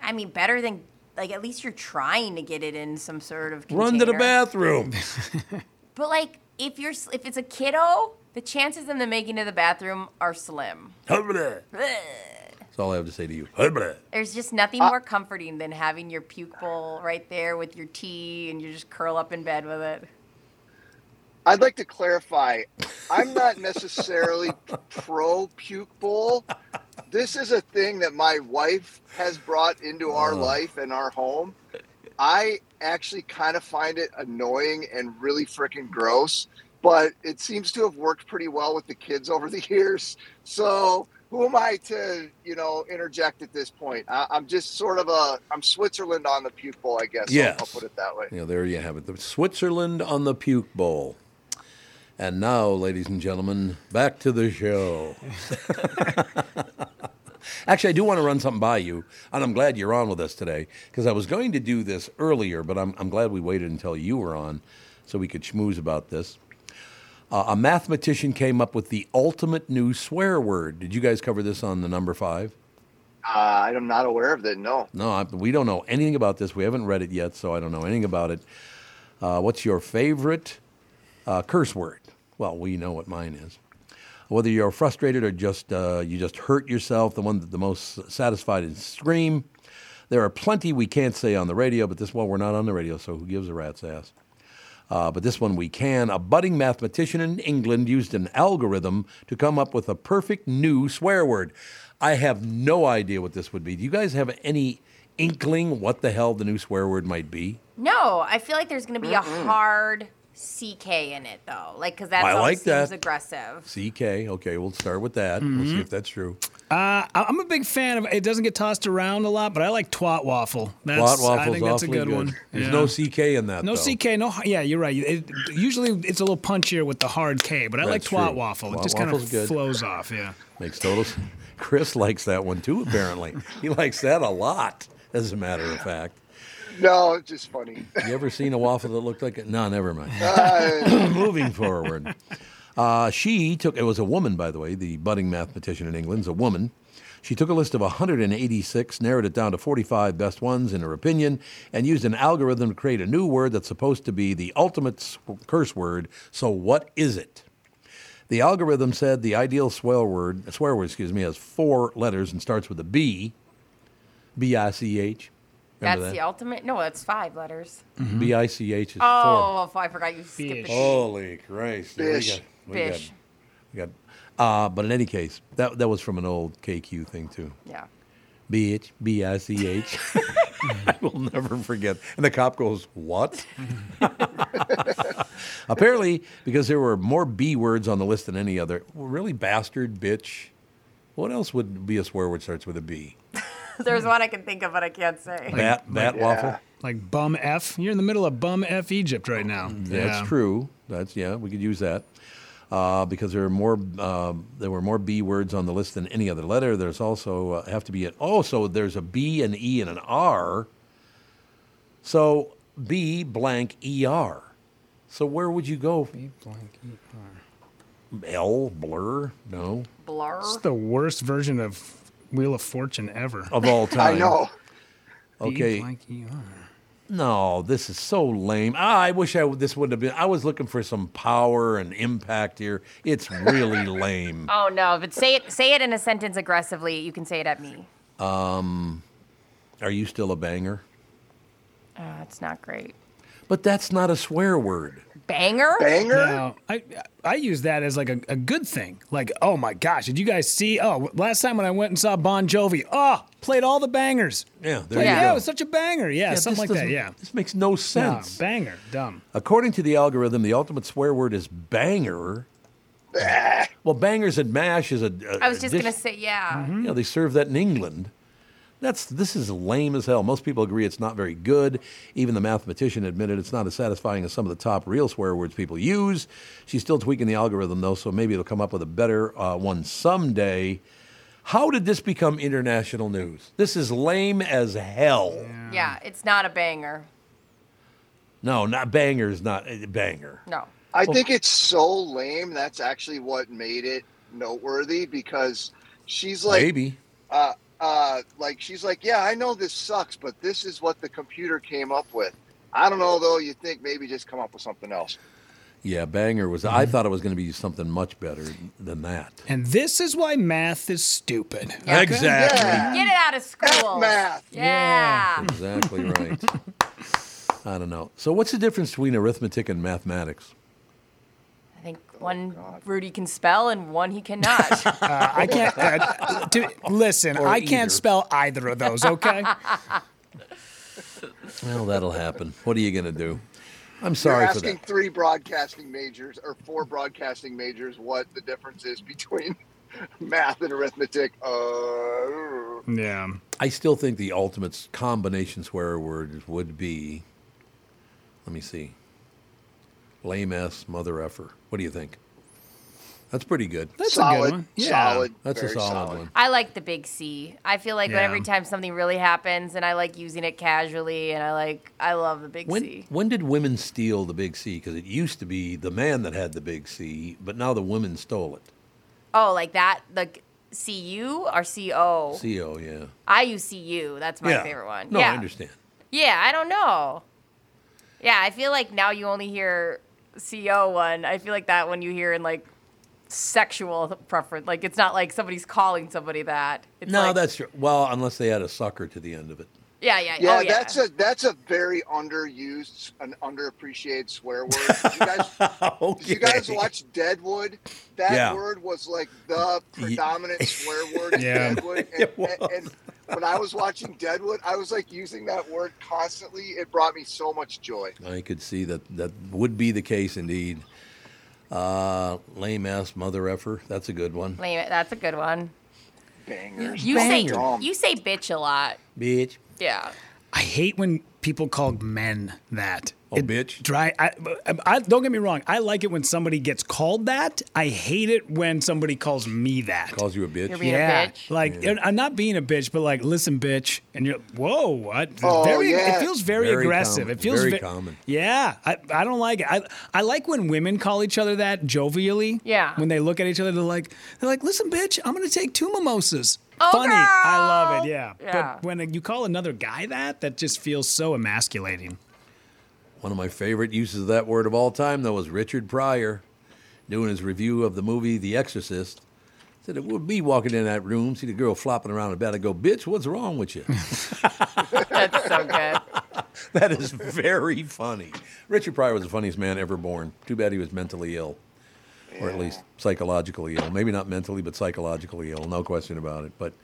Speaker 4: I mean, better than like at least you're trying to get it in some sort of container.
Speaker 2: Run to the bathroom.
Speaker 4: But like if you're s- if it's a kiddo, the chances of them making it to the bathroom are slim.
Speaker 2: That's all I have to say to you.
Speaker 4: There's just nothing more comforting than having your puke bowl right there with your tea and you just curl up in bed with it.
Speaker 7: I'd like to clarify. I'm not necessarily pro puke bowl. This is a thing that my wife has brought into our life and our home. I actually kind of find it annoying and really freaking gross, but it seems to have worked pretty well with the kids over the years. So who am I to, you know, interject at this point? I, I'm just sort of a, I'm Switzerland on the puke bowl, I guess. I'll-
Speaker 2: Yes.
Speaker 7: I'll, put it that way.
Speaker 2: Yeah, there you have it. The Switzerland on the puke bowl. And now, ladies and gentlemen, back to the show. Actually, I do want to run something by you, and I'm glad you're on with us today because I was going to do this earlier, but I'm, I'm glad we waited until you were on so we could schmooze about this. Uh, a mathematician came up with the ultimate new swear word. Did you guys cover this on the number five?
Speaker 7: Uh, I'm not aware of that. No.
Speaker 2: No, I, we don't know anything about this. We haven't read it yet, so I don't know anything about it. Uh, what's your favorite uh, curse word? Well, we know what mine is. Whether you're frustrated or just uh, you just hurt yourself, the one that the most satisfied is scream. There are plenty we can't say on the radio, but this one we're not on the radio, so who gives a rat's ass? Uh, but this one we can. A budding mathematician in England used an algorithm to come up with a perfect new swear word. I have no idea what this would be. Do you guys have any inkling what the hell the new swear word might be?
Speaker 4: No, I feel like there's gonna be a hard CK in it though, like because that's
Speaker 2: I
Speaker 4: all
Speaker 2: like
Speaker 4: seems
Speaker 2: that.
Speaker 4: aggressive.
Speaker 2: CK. Okay, we'll start with that. We'll
Speaker 5: Mm-hmm.
Speaker 2: see if that's true.
Speaker 5: Uh, I- I'm a big fan of. It doesn't get tossed around a lot, but I like twat waffle. That's,
Speaker 2: Plot waffles
Speaker 5: I think that's a
Speaker 2: awfully
Speaker 5: good, one.
Speaker 2: There's
Speaker 5: Yeah.
Speaker 2: no CK in that.
Speaker 5: No
Speaker 2: though.
Speaker 5: CK, no. Yeah, you're right. It, usually it's a little punchier with the hard K, but I like
Speaker 2: That's
Speaker 5: twat
Speaker 2: true.
Speaker 5: waffle.
Speaker 2: Twat
Speaker 5: it just kind of
Speaker 2: waffle's good.
Speaker 5: flows off. Yeah.
Speaker 2: Makes total. s- Chris likes that one too. Apparently, he likes that a lot. As a matter of fact,
Speaker 7: No, it's just funny.
Speaker 2: you ever seen a waffle that looked like it? No, never mind.
Speaker 7: Uh,
Speaker 2: Moving forward. Uh, she took, it was a woman, by the way, the budding mathematician in England's a woman. She took a list of 186, narrowed it down to 45 best ones in her opinion, and used an algorithm to create a new word that's supposed to be the ultimate s- curse word. So, what is it? The algorithm said the ideal swear word, swear word, excuse me, has four letters and starts with a B, B I C H.
Speaker 4: That's
Speaker 2: Remember
Speaker 4: the
Speaker 2: that?
Speaker 4: ultimate. No, that's five letters.
Speaker 2: B I C H is four.
Speaker 4: Oh, I forgot you skipped
Speaker 5: Fish.
Speaker 4: the
Speaker 2: Holy Christ! There we
Speaker 7: Bish.
Speaker 2: go. We got-
Speaker 4: fish.
Speaker 2: We got, uh, but in any case, that that was from an old KQ thing too.
Speaker 4: Yeah.
Speaker 2: Bitch, B I C H. I will never forget. And the cop goes, "What?" Apparently, because there were more B words on the list than any other. Well, really, bastard, bitch. What else would be a swear word starts with a B?
Speaker 4: There's one I can think of, but I can't say.
Speaker 2: Bat, bat waffle.
Speaker 5: Like bum F. You're in the middle of bum F Egypt right now.
Speaker 2: That's
Speaker 5: Yeah.
Speaker 2: true. That's yeah. We could use that uh, because there are more uh, there were more B words on the list than any other letter. There's also uh, have to be an oh, so there's a B an E and an R. So B blank E R. So where would you go? B blank E R. L blur no
Speaker 4: Blur.
Speaker 5: It's the worst version of Wheel of Fortune ever.
Speaker 2: of all time.
Speaker 7: I know.
Speaker 2: Okay.
Speaker 5: Like you are.
Speaker 2: No, this is so lame. Ah, I wish I w- this wouldn't have been. I was looking for some power and impact here. It's really lame.
Speaker 4: Oh no! But say it. Say it in a sentence aggressively. You can say it at me.
Speaker 2: Are you still a banger?
Speaker 4: Uh, it's not great.
Speaker 2: But that's not a swear word.
Speaker 4: Banger.
Speaker 7: Banger?
Speaker 5: Now, I I use that as like a, a good thing. Like, oh my gosh, did you guys see? Oh, last time when I went and saw Bon Jovi, oh, played all the bangers.
Speaker 2: Yeah, there
Speaker 5: Like,
Speaker 4: you
Speaker 5: yeah,
Speaker 4: go.
Speaker 5: it was such a banger. Yeah,
Speaker 2: Yeah,
Speaker 5: something
Speaker 2: this
Speaker 5: like that.
Speaker 2: doesn't-
Speaker 5: Yeah.
Speaker 2: This makes no
Speaker 5: No,
Speaker 2: sense.
Speaker 5: banger, dumb.
Speaker 2: According to the algorithm, the ultimate swear word is banger. well, bangers and mash is a. a
Speaker 4: I was just
Speaker 2: dish-
Speaker 4: gonna say yeah.
Speaker 2: Mm. You know, they serve that in England. That's this is lame as hell. Most people agree it's not very good. Even the mathematician admitted it's not as satisfying as some of the top real swear words people use. She's still tweaking the algorithm though, so maybe it'll come up with a better uh, one someday. How did this become international news? This is lame as hell.
Speaker 4: Yeah, it's not a banger.
Speaker 2: No, not banger is not a banger.
Speaker 4: No.
Speaker 7: I think it's so lame. That's actually what made it noteworthy because she's like,
Speaker 2: Maybe.
Speaker 7: uh, uh, like she's like, yeah, I know this sucks, but this is what the computer came up with. I don't know though. You think maybe just come up with something else?
Speaker 2: Yeah, banger was. I thought it was going to be something much better than that.
Speaker 5: And this is why math is stupid.
Speaker 2: Exactly.
Speaker 4: Get it out of school.
Speaker 7: math.
Speaker 4: Yeah.
Speaker 2: Exactly right. I don't know. So, what's the difference between arithmetic and mathematics?
Speaker 4: I think one
Speaker 2: Oh,
Speaker 4: Rudy can spell and one he cannot.
Speaker 5: Uh, I can't. Uh, to, listen, I
Speaker 2: either.
Speaker 5: can't spell either of those. Okay.
Speaker 2: Well, that'll happen. What are you going to do? I'm
Speaker 7: You're
Speaker 2: sorry for
Speaker 7: asking
Speaker 2: that.
Speaker 7: three broadcasting majors or four broadcasting majors what the difference is between math and arithmetic. Uh,
Speaker 5: yeah.
Speaker 2: I still think the ultimate combination swear word would be. Let me see. Lame ass mother effer. What do you think? That's pretty good.
Speaker 5: That's a
Speaker 7: solid,
Speaker 5: good one. Yeah.
Speaker 7: solid.
Speaker 2: That's a
Speaker 7: very
Speaker 2: solid, one.
Speaker 4: I like the big C. I feel like
Speaker 5: Yeah.
Speaker 4: when every time something really happens, and I like using it casually, and I like I love the big
Speaker 2: When
Speaker 4: C.
Speaker 2: when did women steal the big C? Because it used to be the man that had the big C, but now the women stole it.
Speaker 4: Oh, like that, like CU or CO.
Speaker 2: C O. Yeah.
Speaker 4: I use CU. That's my
Speaker 2: yeah.
Speaker 4: favorite one.
Speaker 2: No,
Speaker 4: yeah.
Speaker 2: I understand.
Speaker 4: Yeah, I don't know. Yeah, I feel like now you only hear CO one. I feel like that one you hear in like sexual preference. Like it's not like somebody's calling somebody that. It's
Speaker 2: No,
Speaker 4: like,
Speaker 2: that's true. Well, unless they had a sucker to the end of it.
Speaker 4: yeah, yeah,
Speaker 7: Yeah,
Speaker 4: oh, yeah.
Speaker 7: that's a that's a very underused and underappreciated swear word. Did you guys, did you guys watch Deadwood? That
Speaker 2: Yeah.
Speaker 7: word was like the predominant swear word in
Speaker 5: Yeah.
Speaker 7: Deadwood. And,
Speaker 2: It was.
Speaker 7: and when I was watching Deadwood, I was like using that word constantly. It brought me so much joy.
Speaker 2: I could see that that would be the case indeed. Uh, lame ass mother effer. That's a good one.
Speaker 4: Lame- that's a good one.
Speaker 7: Bangers.
Speaker 4: You
Speaker 7: Dumb.
Speaker 4: say you say bitch a lot.
Speaker 2: Bitch.
Speaker 4: Yeah.
Speaker 5: I hate when people call men that.
Speaker 2: Oh, bitch.
Speaker 5: Dry. I, I, I- don't get me wrong. I like it when somebody gets called that. I hate it when somebody calls me that.
Speaker 2: Calls you a bitch.
Speaker 4: You're being a bitch.
Speaker 5: Like and I'm not being a bitch, but like listen, bitch, and you're whoa, what?
Speaker 7: Oh,
Speaker 5: very,
Speaker 7: yeah.
Speaker 5: It feels very,
Speaker 2: Very
Speaker 5: aggressive.
Speaker 2: common.
Speaker 5: It feels
Speaker 2: Very
Speaker 5: ve-
Speaker 2: common.
Speaker 5: Yeah, I, I don't like it. I, I like when women call each other that jovially.
Speaker 4: Yeah.
Speaker 5: When they look at each other, they're like they're like, listen, bitch, I'm gonna take two mimosas.
Speaker 4: Oh,
Speaker 5: Funny, I love
Speaker 4: girl.
Speaker 5: it. Yeah.
Speaker 4: Yeah.
Speaker 5: But when you call another guy that, that just feels so emasculating.
Speaker 2: One of my favorite uses of that word of all time, though, was Richard Pryor doing his review of the movie The Exorcist. Said it would be walking in that room, see the girl flopping around in bed, and go, "Bitch, what's wrong with you?"
Speaker 4: That's so good.
Speaker 2: that is very funny. Richard Pryor was the funniest man ever born. Too bad he was mentally ill, or at least psychologically ill. Maybe not mentally, but psychologically ill. No question about it. But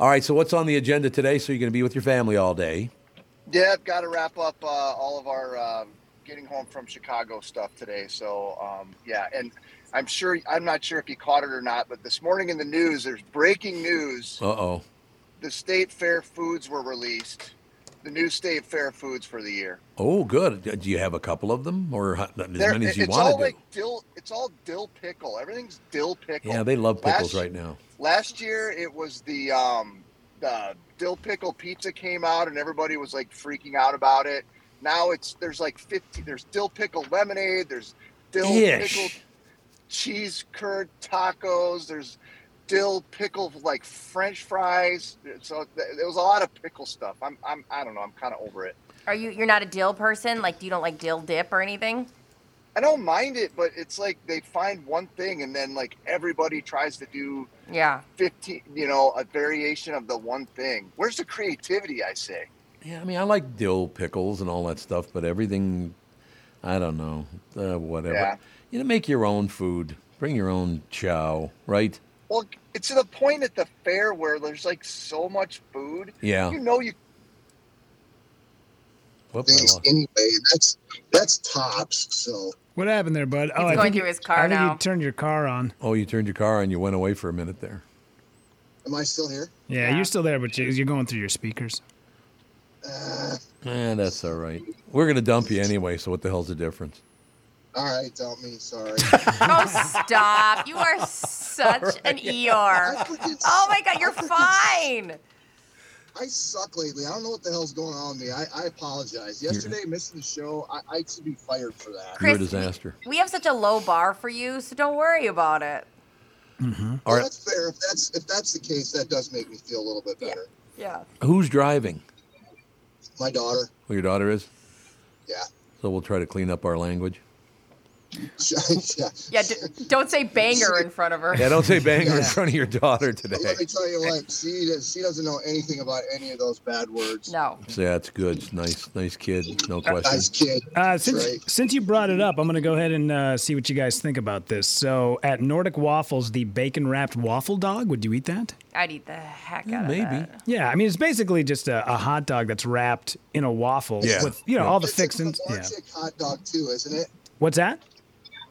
Speaker 2: all right, so what's on the agenda today? So you're going to be with your family all day.
Speaker 7: Yeah, I've got to wrap up uh, all of our um getting home from Chicago stuff today. So um, yeah, and I'm sure I'm not sure if you caught it or not, but this morning in the news, there's breaking news:
Speaker 2: Uh oh.
Speaker 7: the state fair foods were released, the new state fair foods for the year.
Speaker 2: Oh, good. Do you have a couple of them, or ho- as
Speaker 7: They're-
Speaker 2: many as you
Speaker 7: it's
Speaker 2: want to
Speaker 7: all
Speaker 2: do?
Speaker 7: like dill. It's all dill pickle. Everything's dill pickle.
Speaker 2: Yeah, they love pickles
Speaker 7: Last-
Speaker 2: right now.
Speaker 7: Last year, it was the um, the dill pickle pizza came out, and everybody was like freaking out about it. Now it's there's like fifty. There's dill pickle lemonade. There's dill
Speaker 2: Ish.
Speaker 7: pickle cheese curd tacos. There's dill pickle like French fries. So th- there was a lot of pickle stuff. I'm I'm I don't know. I'm kind of over it.
Speaker 4: Are you you're not a dill person? Like you don't like dill dip or anything?
Speaker 7: I don't mind it, but it's like they find one thing and then like everybody tries to do
Speaker 4: Yeah.
Speaker 7: 15, you know, a variation of the one thing. Where's the creativity, I say?
Speaker 2: Yeah, I mean, I like dill pickles and all that stuff, but everything, I don't know, uh, whatever.
Speaker 7: Yeah.
Speaker 2: You know, make your own food. Bring your own chow, right?
Speaker 7: Well, it's to the point at the fair where there's like so much food.
Speaker 2: Yeah.
Speaker 7: You know, you
Speaker 2: Whoop, I
Speaker 8: things
Speaker 2: lost-
Speaker 8: anyway. That's that's tops. So
Speaker 5: What happened there, bud? Oh,
Speaker 4: He's
Speaker 5: I
Speaker 4: going
Speaker 5: think
Speaker 4: through
Speaker 5: you-
Speaker 4: his car
Speaker 5: I think
Speaker 4: now.
Speaker 5: you turned your car on.
Speaker 2: Oh, you turned your car and you went away for a minute there.
Speaker 7: Am I still here?
Speaker 5: Yeah, you're still there, but you- you're going through your speakers.
Speaker 2: Eh, that's all right. We're gonna dump you anyway, so what the hell's the difference?
Speaker 7: All right, don't me. Sorry.
Speaker 4: Oh, stop. You are such an
Speaker 7: I,
Speaker 4: ER.
Speaker 7: freaking,
Speaker 4: Oh my God, you're fine.
Speaker 7: I suck lately. I don't know what the hell's going on with me. I, I apologize. Yesterday, missing the show, I, I should be fired for that.
Speaker 2: You're a
Speaker 4: Chris,
Speaker 2: disaster.
Speaker 4: We have such a low bar for you, so don't worry about it.
Speaker 2: All right,
Speaker 7: That's fair. If that's if that's the case, that does make me feel a little bit better.
Speaker 4: Yeah.
Speaker 2: who's driving?
Speaker 7: My daughter.
Speaker 2: Well, your daughter is.
Speaker 7: Yeah.
Speaker 2: So we'll try to clean up our language.
Speaker 7: yeah.
Speaker 4: Yeah, d- don't say banger in front of her.
Speaker 2: Yeah, don't say banger in front of your daughter today.
Speaker 7: Let me tell you what. She does, she doesn't know anything about any of those bad words.
Speaker 4: No.
Speaker 2: So that's good. It's Nice, nice kid. No question.
Speaker 7: Nice kid.
Speaker 5: Uh,
Speaker 7: That's
Speaker 5: since,
Speaker 7: right.
Speaker 5: since you brought it up, I'm going to go ahead and uh, see what you guys think about this. So, at Nordic Waffles, the bacon wrapped waffle dog, would you eat that?
Speaker 4: I'd eat the heck out
Speaker 2: Maybe.
Speaker 4: of that.
Speaker 5: Yeah, I mean, it's basically just a, a hot dog that's wrapped in a waffle
Speaker 2: Yeah.
Speaker 5: with, you know, all the
Speaker 7: It's a
Speaker 5: fixings. Yeah.
Speaker 7: Kramarczyk hot dog too, isn't it?
Speaker 5: What's that?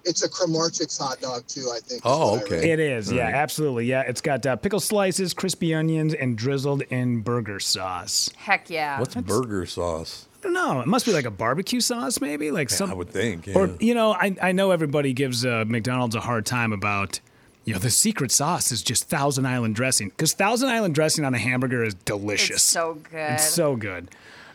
Speaker 7: It's a Kramarchik's hot dog too. I think. is
Speaker 2: Oh,
Speaker 7: what I
Speaker 2: okay.
Speaker 5: It
Speaker 7: read.
Speaker 5: is. Yeah,
Speaker 2: Right.
Speaker 5: absolutely. Yeah, it's got uh, pickle slices, crispy onions, and drizzled in burger sauce.
Speaker 4: Heck yeah.
Speaker 2: What's burger sauce?
Speaker 5: I don't know. It must be like a barbecue sauce, maybe? Like some.
Speaker 2: I would think.
Speaker 5: Or
Speaker 2: yeah.
Speaker 5: you know, I I know everybody gives uh, McDonald's a hard time about you know the secret sauce is just Thousand Island dressing because Thousand Island dressing on a hamburger is delicious.
Speaker 4: It's so good.
Speaker 5: It's so good.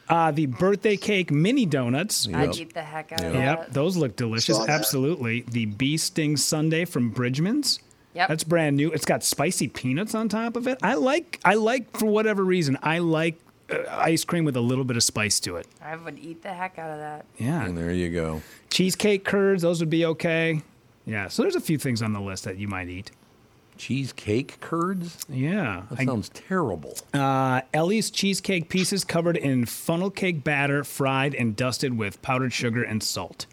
Speaker 5: Uh, the birthday cake mini donuts.
Speaker 4: I'd
Speaker 2: Yep.
Speaker 4: eat the heck out of
Speaker 5: Yep,
Speaker 4: that.
Speaker 5: those look delicious.
Speaker 7: Saw that.
Speaker 5: Absolutely. The bee sting sundae from Bridgman's.
Speaker 4: Yep.
Speaker 5: That's brand new. It's got spicy peanuts on top of it. I like I like for whatever reason, I like uh, ice cream with a little bit of spice to it.
Speaker 4: I would eat the heck out of that.
Speaker 5: Yeah.
Speaker 2: and Mm, there you go.
Speaker 5: cheesecake curds those would be okay yeah so there's a few things on the list that you might eat
Speaker 2: Cheesecake curds?
Speaker 5: yeah
Speaker 2: That
Speaker 5: I-
Speaker 2: sounds terrible.
Speaker 5: uh, ellie's cheesecake pieces covered in funnel cake batter fried and dusted with powdered sugar and salt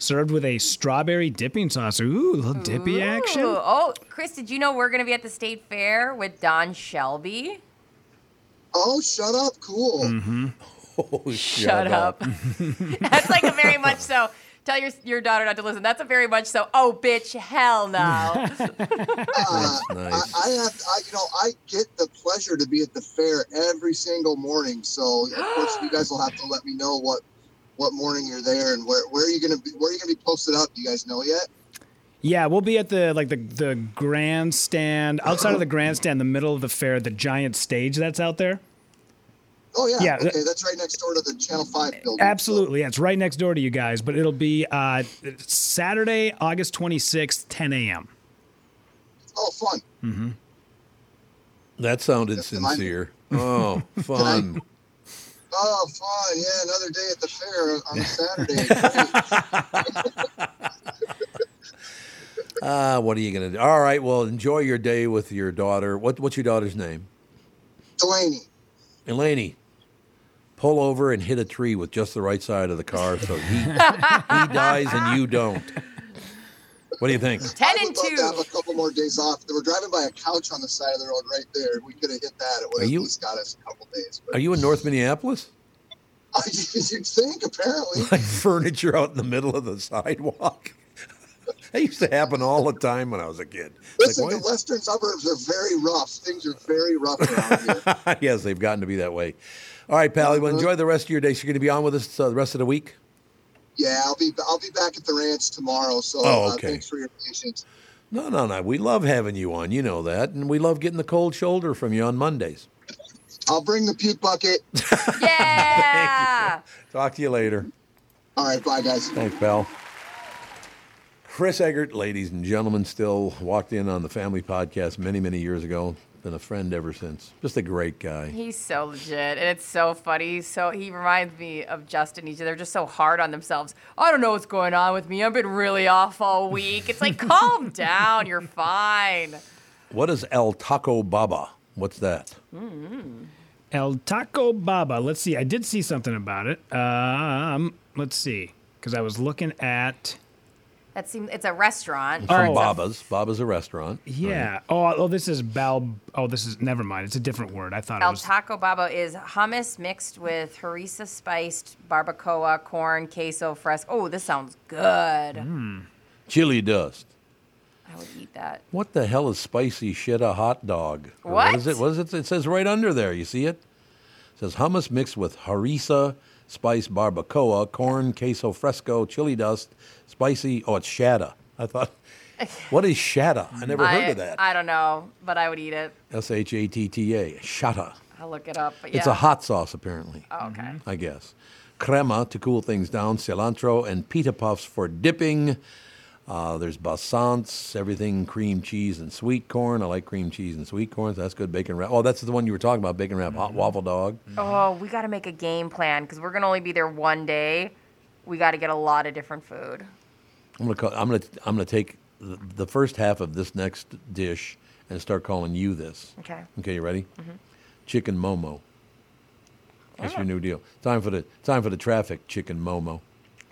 Speaker 5: served with a strawberry dipping sauce ooh a little dippy action
Speaker 4: Ooh, oh, Chris, did you know we're going to be at the state fair with Don Shelby?
Speaker 7: Oh, shut up. Cool.
Speaker 5: Mm-hmm.
Speaker 2: Holy
Speaker 4: Shut up. That's like a very much so. Tell your your daughter not to listen. That's a very much so. Oh, bitch, hell no.
Speaker 2: That's nice.
Speaker 7: I, I have, I, you know, I get the pleasure to be at the fair every single morning. So of course, you guys will have to let me know what what morning you're there and where where are you gonna be where are you gonna be posted up? Do you guys know yet?
Speaker 5: yeah we'll be at the like the, the grandstand outside of the grandstand the middle of the fair the giant stage that's out there
Speaker 7: Oh yeah.
Speaker 5: Yeah,
Speaker 7: okay,
Speaker 5: that-
Speaker 7: that's right next door to the Channel Five building.
Speaker 5: Absolutely. Yeah, it's right next door to you guys, but it'll be uh, Saturday, August 26th, 10 a.m.
Speaker 7: So- oh, fun.
Speaker 2: that sounded
Speaker 7: Just remind me.
Speaker 2: sincere. Oh, fun.
Speaker 7: Oh, fun. Yeah, another day at the fair on a Saturday.
Speaker 2: Ah, what are you gonna do? All right. Well, enjoy your day with your daughter. What, what's your daughter's name?
Speaker 7: Delaney.
Speaker 2: Elaney, pull over and hit a tree with just the right side of the car so he, he dies and you don't. What do you think?
Speaker 4: 10
Speaker 7: I
Speaker 4: and
Speaker 7: would love to have
Speaker 4: 2.
Speaker 7: a couple more days off. They were driving by a couch on the side of the road right there. If we could have hit that, it would
Speaker 2: Are
Speaker 7: have
Speaker 2: you-
Speaker 7: at least got us a couple days. But
Speaker 2: Are you in North Minneapolis?
Speaker 7: you'd think, apparently.
Speaker 2: Like furniture out in the middle of the sidewalk. that used to happen all the time when I was a kid.
Speaker 7: Listen,
Speaker 2: why-
Speaker 7: the western suburbs are very rough. Things are very rough around here.
Speaker 2: yes, they've gotten to be that way. All right, Pally. Well, enjoy the rest of your day. So you're going to be on with us uh, the rest of the week.
Speaker 7: yeah, I'll be I'll be back at the ranch tomorrow. So
Speaker 2: Oh,
Speaker 7: uh,
Speaker 2: okay.
Speaker 7: thanks for your patience.
Speaker 2: No, no, no. We love having you on. You know that, and we love getting the cold shoulder from you on Mondays.
Speaker 7: I'll bring the puke bucket.
Speaker 4: Yeah.
Speaker 2: Talk to you later.
Speaker 7: All right, bye guys.
Speaker 2: Thanks, pal. Chris Eggert, ladies and gentlemen, still walked in on the family podcast many, many years ago. Been a friend ever since. Just a great guy.
Speaker 4: He's so legit, and it's so funny. He's So he reminds me of Justin. He's, they're just so hard on themselves. I don't know what's going on with me. I've been really off all week. It's like, calm down. You're fine.
Speaker 2: What is El Taco Baba? What's that?
Speaker 5: El Taco Baba. Let's see. I did see something about it. Um, let's see, because I was looking at.
Speaker 4: That seems it's a restaurant.
Speaker 2: From
Speaker 5: right.
Speaker 2: Baba's. Baba's a restaurant.
Speaker 5: Yeah. Oh, oh, this is Bal. Oh, this is. Never mind. It's a different word. I thought it
Speaker 4: El
Speaker 5: was.
Speaker 4: Taco Baba is hummus mixed with harissa spiced barbacoa, Oh, corn, queso, fresco. Oh, this sounds good.
Speaker 2: Chili dust.
Speaker 4: I would eat that.
Speaker 2: What the hell is spicy shit a hot dog? Or What is
Speaker 4: What?
Speaker 2: it? What is it? It says right under there. You see it? It says hummus mixed with harissa, spice barbacoa, corn, queso fresco, chili dust, spicy. Oh, it's shada. I thought, what is shada? I never
Speaker 4: I,
Speaker 2: heard of that.
Speaker 4: I don't know, but I would eat it.
Speaker 2: S H A T T A. Shada.
Speaker 4: I'll look it up. But yeah.
Speaker 2: It's a hot Mm-hmm. sauce, apparently.
Speaker 4: Oh, okay.
Speaker 2: I guess. Crema to cool things down, cilantro, and pita puffs for dipping. Uh, there's bassants, everything cream cheese and sweet corn. I like cream cheese and sweet corn, so that's good. Bacon wrap. Oh, that's the one you were talking about, bacon wrap, hot waffle dog.
Speaker 4: Oh, we got to make a game plan because we're gonna only be there one day. We got to get a lot of different food.
Speaker 2: I'm gonna call, I'm gonna I'm gonna take the, the first half of this next dish and start calling you this.
Speaker 4: Okay.
Speaker 2: Okay, you ready? Chicken momo. That's your new deal. Time for the time for the traffic chicken momo.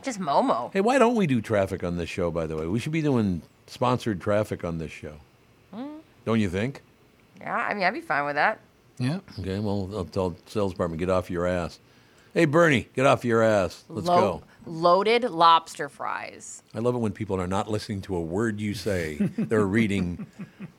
Speaker 4: Just Momo.
Speaker 2: Hey, why don't we do traffic on this show, by the way? We should be doing sponsored traffic on this show.
Speaker 4: Hmm?
Speaker 2: Don't you think?
Speaker 4: Yeah, I mean, I'd be fine with that.
Speaker 5: Yeah.
Speaker 2: Okay, well, I'll tell the sales department, get off your ass. Hey, Bernie, get off your ass. Let's
Speaker 4: Lo-
Speaker 2: go.
Speaker 4: Loaded lobster fries.
Speaker 2: I love it when people are not listening to a word you say, they're reading.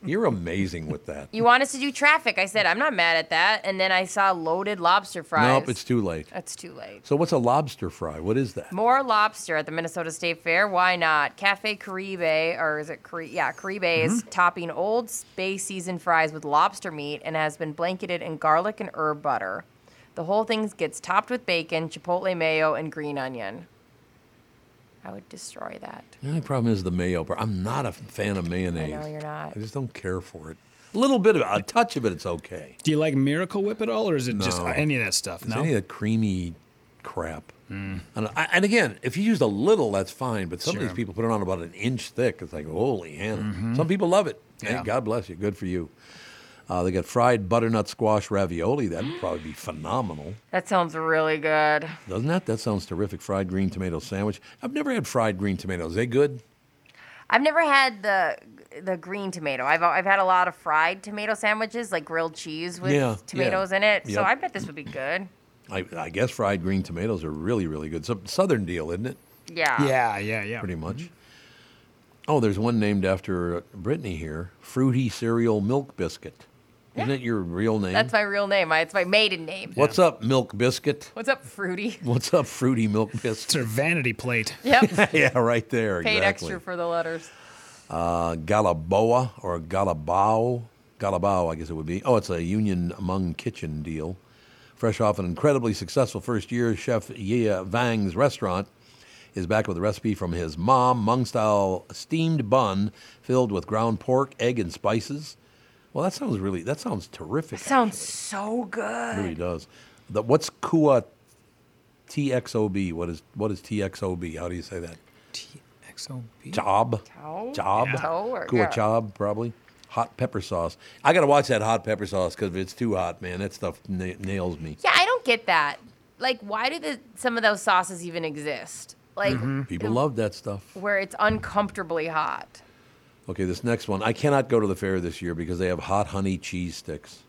Speaker 2: You're amazing with that.
Speaker 4: You want us to do traffic? I said I'm not mad at that. And then I saw loaded lobster fries.
Speaker 2: Nope, it's too late.
Speaker 4: That's too late.
Speaker 2: So, what's a lobster fry? What is that?
Speaker 4: More lobster at the Minnesota State Fair. Why not? Cafe Caribe, or is it Caribe? Yeah, Caribe is topping old bay seasoned fries with lobster meat and has been blanketed in garlic and herb butter. The whole thing gets topped with bacon, chipotle mayo, and green onion. I would destroy that.
Speaker 2: The only problem is the mayo. part. I'm not a fan of mayonnaise.
Speaker 4: I know you're not.
Speaker 2: I just don't care for it. A little bit of it, a touch of it, it's okay.
Speaker 5: Do you like Miracle Whip at all, or is it just
Speaker 2: No.
Speaker 5: any of that stuff?
Speaker 2: It's
Speaker 5: no. Mm.
Speaker 2: any of the creamy crap. And, I, and again, if you used a little, that's fine. But some of these people put it on about an inch thick. It's like, holy Hannah. Some people love it. Hey,
Speaker 5: Mm-hmm. Yeah.
Speaker 2: God bless you. Good for you. Uh, they got fried butternut squash ravioli. That would probably be phenomenal.
Speaker 4: That sounds really good.
Speaker 2: Doesn't that? That sounds terrific. Fried green tomato sandwich. I've never had fried green tomatoes. they good?
Speaker 4: I've never had the the green tomato. I've I've had a lot of fried tomato sandwiches, like grilled cheese with
Speaker 2: Yeah, yeah.
Speaker 4: tomatoes in it. So
Speaker 2: Yep.
Speaker 4: I bet this would be good.
Speaker 2: I, I guess fried green tomatoes are really, really good. Some southern deal, isn't it?
Speaker 4: Yeah.
Speaker 5: Yeah, yeah, yeah.
Speaker 2: Pretty much. Oh, there's one named after Brittany here Fruity Cereal Milk Biscuit. Isn't it your real name?
Speaker 4: That's my real name. I, it's my maiden name.
Speaker 2: What's up, Milk Biscuit?
Speaker 4: What's up, Fruity?
Speaker 2: What's up, Fruity Milk
Speaker 5: It's
Speaker 2: Biscuit?
Speaker 5: her vanity plate.
Speaker 4: Yep. Paid
Speaker 2: yeah, right there. exactly.
Speaker 4: extra for the letters.
Speaker 2: uh, Galaboa or Galabao. Galabao, I guess it would be. Oh, it's a Union Hmong kitchen deal. Fresh off an incredibly successful first year, Chef Yea Vang's restaurant is back with a recipe from his mom Hmong style steamed bun filled with ground pork, egg, and spices. Well, that sounds really, that sounds terrific.
Speaker 4: Sounds so good.
Speaker 2: It really does. The, what's Kua TXOB? What is, what is TXOB? How do you say that?
Speaker 5: TXOB.
Speaker 2: Job.
Speaker 4: Toe?
Speaker 2: Job.
Speaker 4: Yeah. Toe or-
Speaker 2: Cool
Speaker 4: yeah.
Speaker 2: job, probably. Hot pepper sauce. I got to watch that hot pepper sauce because it's too hot, man. That stuff na- nails me.
Speaker 4: Yeah, I don't get that. Like, why do the, some of those sauces even exist? Like,
Speaker 2: People love that stuff.
Speaker 4: where it's uncomfortably hot.
Speaker 2: Okay, this next one. I cannot go to the fair this year because they have hot honey cheese sticks.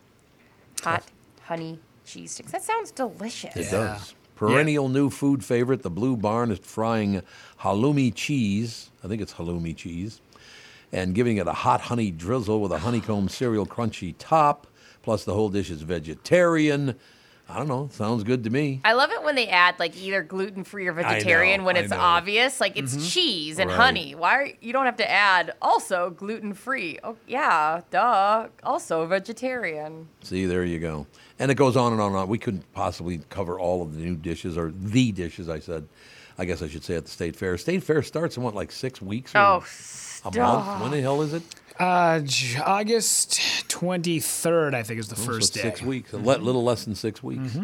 Speaker 4: Hot honey cheese sticks. That sounds delicious.
Speaker 2: It does. Perennial new food favorite, the Blue Barn is frying halloumi cheese. I think it's halloumi cheese. And giving it a hot honey drizzle with a honeycomb cereal crunchy top. Plus, the whole dish is vegetarian. I don't know. Sounds good to me.
Speaker 4: I love it when they add like either gluten free or vegetarian when
Speaker 2: I
Speaker 4: it's
Speaker 2: know. Mm-hmm.
Speaker 4: obvious. Like it's cheese and
Speaker 2: Right.
Speaker 4: honey. Why are, you don't have to add also gluten free? Oh yeah, duh. Also vegetarian.
Speaker 2: See, there you go. And it goes on and on and on. We couldn't possibly cover all of the new dishes or the dishes, I said. I guess I should say at the State Fair. State Fair starts in what, like six weeks or
Speaker 4: Oh,
Speaker 2: a
Speaker 4: stop.
Speaker 2: month? When the hell is it?
Speaker 5: Uh, J- August 23rd, I think, is the
Speaker 2: So
Speaker 5: first
Speaker 2: it's
Speaker 5: day. Mm-hmm.
Speaker 2: Six weeks, a le- little less than six weeks.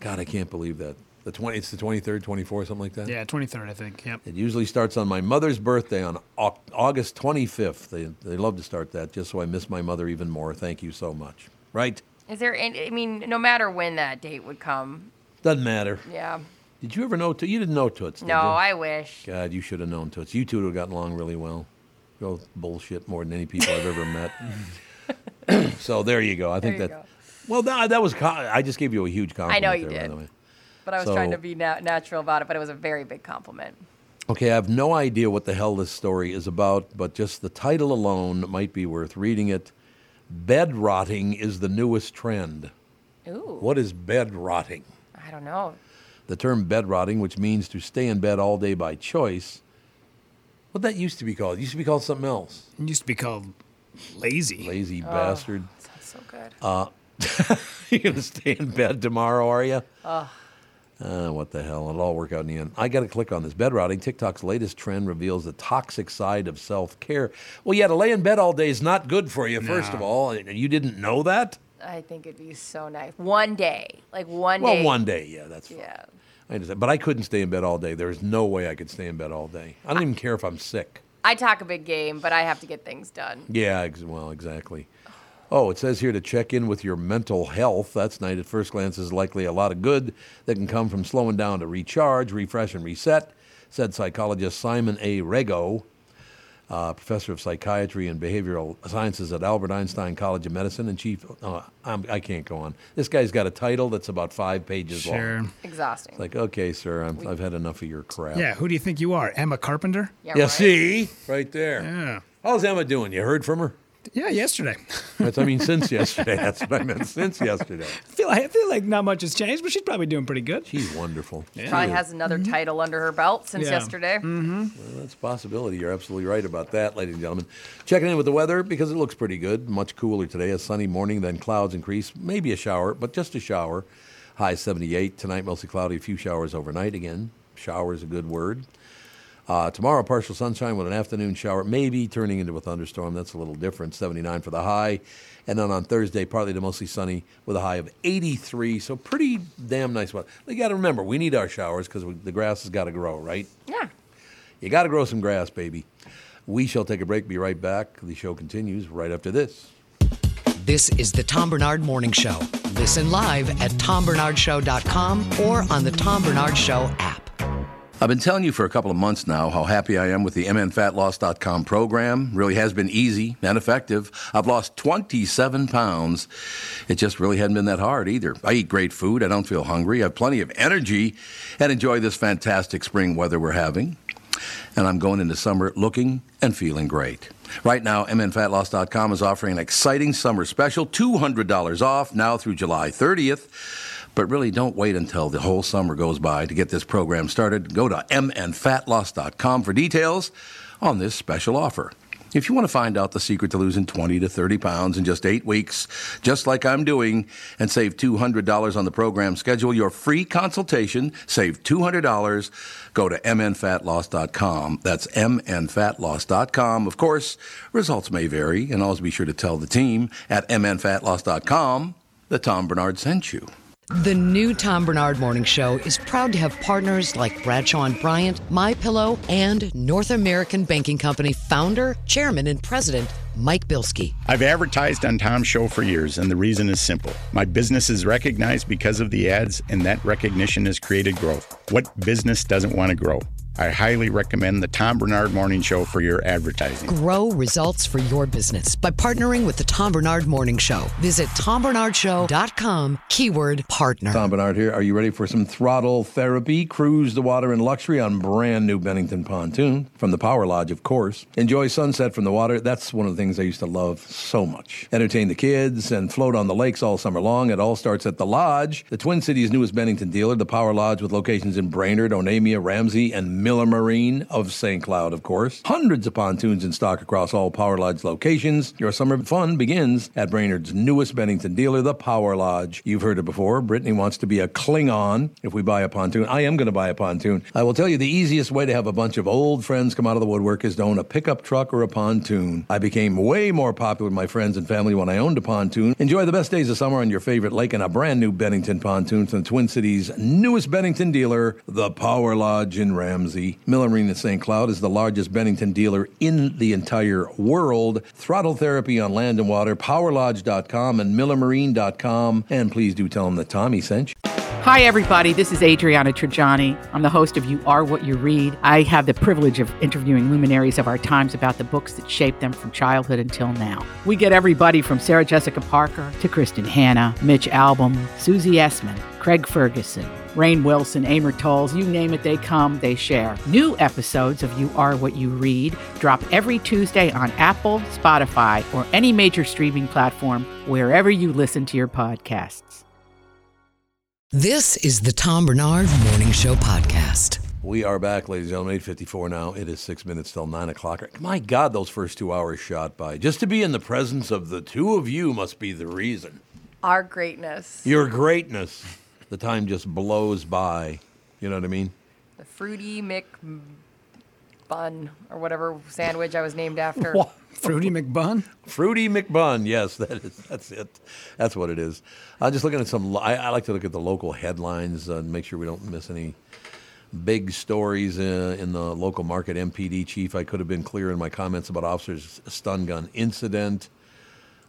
Speaker 2: God, I can't believe that. The 20, It's the 23rd, 24th, something like that?
Speaker 5: Yeah, 23rd, I think. Yep.
Speaker 2: It usually starts on my mother's birthday on Au- August 25th. They, they love to start that just so I miss my mother even more. Thank you so much. Right?
Speaker 4: Is there? Any, I mean, no matter when that date would come.
Speaker 2: Doesn't matter.
Speaker 4: Yeah.
Speaker 2: Did you ever know? Toots? You didn't know Toots. did
Speaker 4: No,
Speaker 2: you?
Speaker 4: I wish.
Speaker 2: God, you should have known Toots. You two would have gotten along really well. You're both bullshit more than any people I've ever met. so there you go. I think
Speaker 4: There you
Speaker 2: that.
Speaker 4: go.
Speaker 2: Well, that, that was. co- I just gave you a huge compliment.
Speaker 4: know you
Speaker 2: there, By
Speaker 4: did.
Speaker 2: the way.
Speaker 4: But I was trying
Speaker 2: So-
Speaker 4: to be na- natural about it. But it was a very big compliment.
Speaker 2: Okay, I have no idea what the hell this story is about, but just the title alone might be worth reading it. Bed rotting is the newest trend.
Speaker 4: Ooh.
Speaker 2: What is bed rotting?
Speaker 4: I don't know.
Speaker 2: The term bed rotting, which means to stay in bed all day by choice, what that used to be called? It used to be called something else.
Speaker 5: It used to be called lazy.
Speaker 2: Lazy bastard.
Speaker 4: Sounds so good.
Speaker 2: Uh, You're going to stay in bed tomorrow, are you? Uh, what the hell? It'll all work out in the end. I got to click on this. Bed rotting, TikTok's latest trend reveals the toxic side of self care. Well, yeah, to lay in bed all day is not good for you, first of all. And You didn't know that?
Speaker 4: I think it'd be so nice. One day, like one
Speaker 2: Well,
Speaker 4: day.
Speaker 2: one day, yeah, that's fine.
Speaker 4: Yeah.
Speaker 2: I understand. But I couldn't stay in bed all day. There's no way I could stay in bed all day. I don't even care if I'm sick.
Speaker 4: I talk a big game, but I have to get things done.
Speaker 2: Yeah, ex- well, exactly. Oh, it says here to check in with your mental health. That's night at first glance is likely a lot of good that can come from slowing down to recharge, refresh, and reset, said psychologist Simon A. Rego, uh, professor of psychiatry and behavioral sciences at Albert Einstein College of Medicine and chief. Uh, I'm, I can't go on. This guy's got a title that's about five pages
Speaker 5: Sure.
Speaker 2: long.
Speaker 4: Exhausting.
Speaker 2: Like, okay, sir, I'm, I've had enough of your crap.
Speaker 5: Yeah, who do you think you are? Emma Carpenter?
Speaker 4: yeah,
Speaker 2: Yeah,
Speaker 4: right?
Speaker 2: see? Right there.
Speaker 5: Yeah.
Speaker 2: How's Emma doing? You heard from her?
Speaker 5: Yeah, yesterday.
Speaker 2: That's, I mean, since yesterday. That's what I meant. Since yesterday.
Speaker 5: I feel, like, I feel like not much has changed, but she's probably doing pretty good.
Speaker 2: She's wonderful.
Speaker 4: Probably has another title under her belt since
Speaker 5: Yeah.
Speaker 4: yesterday.
Speaker 2: Well, that's a possibility. You're absolutely right about that, ladies and gentlemen. Checking in with the weather because it looks pretty good. Much cooler today. A sunny morning, then clouds increase. Maybe a shower, but just a shower. High 78. Tonight, mostly cloudy. A few showers overnight. Again, shower is a good word. Uh, tomorrow, partial sunshine with an afternoon shower, maybe turning into a thunderstorm. That's a little different. 79 for the high. And then on Thursday, partly to mostly sunny with a high of 83. So pretty damn nice weather. You got to remember, we need our showers because the grass has got to grow, right?
Speaker 4: Yeah.
Speaker 2: You got to grow some grass, baby. We shall take a break. Be right back. The show continues right after this.
Speaker 1: This is the Tom Bernard Morning Show. Listen live at tombernardshow.com or on the Tom Bernard Show app.
Speaker 2: I've been telling you for a couple of months now how happy I am with the MNFatLoss.com program. Really has been easy and effective. I've lost 27 pounds. It just really hadn't been that hard either. I eat great food. I don't feel hungry. I have plenty of energy and enjoy this fantastic spring weather we're having. and I'm going into summer looking and feeling great. Right now, MNFatLoss.com is offering an exciting summer special, $200 off now through July 30th. But really, don't wait until the whole summer goes by to get this program started. Go to MNFatLoss.com for details on this special offer. If you want to find out the secret to losing 20 to 30 pounds in just eight weeks, just like I'm doing, and save $200 on the program, schedule your free consultation, save $200, go to mnfatloss.com. That's mnfatloss.com. Of course, results may vary, and always be sure to tell the team at mnfatloss.com that Tom Bernard sent you.
Speaker 1: The new Tom Bernard Morning Show is proud to have partners like Bradshaw and Bryant, My Pillow, and North American Banking Company founder, chairman, and president Mike Bilski.
Speaker 9: I've advertised on Tom's show for years, and the reason is simple. My business is recognized because of the ads, and that recognition has created growth. What business doesn't want to grow? I highly recommend the Tom Bernard Morning Show for your advertising.
Speaker 1: Grow results for your business by partnering with the Tom Bernard Morning Show. Visit tombernardshow.com keyword partner.
Speaker 2: Tom Bernard here. Are you ready for some throttle therapy? Cruise the water in luxury on brand new Bennington pontoon from the Power Lodge, of course. Enjoy sunset from the water. That's one of the things I used to love so much. Entertain the kids and float on the lakes all summer long. It all starts at the Lodge, the Twin Cities' newest Bennington dealer, the Power Lodge, with locations in Brainerd, Onamia, Ramsey, and Miller Marine of St. Cloud, of course. Hundreds of pontoons in stock across all Power Lodge locations. Your summer fun begins at Brainerd's newest Bennington dealer, the Power Lodge. You've heard it before. Brittany wants to be a Klingon if we buy a pontoon. I am going to buy a pontoon. I will tell you the easiest way to have a bunch of old friends come out of the woodwork is to own a pickup truck or a pontoon. I became way more popular with my friends and family when I owned a pontoon. Enjoy the best days of summer on your favorite lake in a brand new Bennington pontoon from the Twin Cities' newest Bennington dealer, the Power Lodge in Ramsey. Miller Marine in St. Cloud is the largest Bennington dealer in the entire world. Throttle therapy on land and water, powerlodge.com and millermarine.com. And please do tell them that Tommy sent you.
Speaker 10: Hi, everybody. This is Adriana Trajani. I'm the host of You Are What You Read. I have the privilege of interviewing luminaries of our times about the books that shaped them from childhood until now. We get everybody from Sarah Jessica Parker to Kristen Hanna, Mitch Albom, Susie Essman, Craig Ferguson, Rain Wilson, Amor Tolls, you name it, they come, they share. New episodes of You Are What You Read drop every Tuesday on Apple, Spotify, or any major streaming platform wherever you listen to your podcasts.
Speaker 1: This is the Tom Bernard Morning Show Podcast.
Speaker 2: We are back, ladies and gentlemen. 8.54 now. It is six minutes till 9 o'clock. My God, those first two hours shot by. Just to be in the presence of the two of you must be the reason.
Speaker 4: Our greatness.
Speaker 2: Your greatness. The time just blows by. You know what I mean?
Speaker 4: The fruity Mick bun or whatever sandwich I was named after.
Speaker 5: Fruity McBun?
Speaker 2: Fruity McBun. Yes, that is. That's it. That's what it is. I'm just looking at some. I, I like to look at the local headlines uh, and make sure we don't miss any big stories uh, in the local market. MPD chief. I could have been clear in my comments about officers' stun gun incident.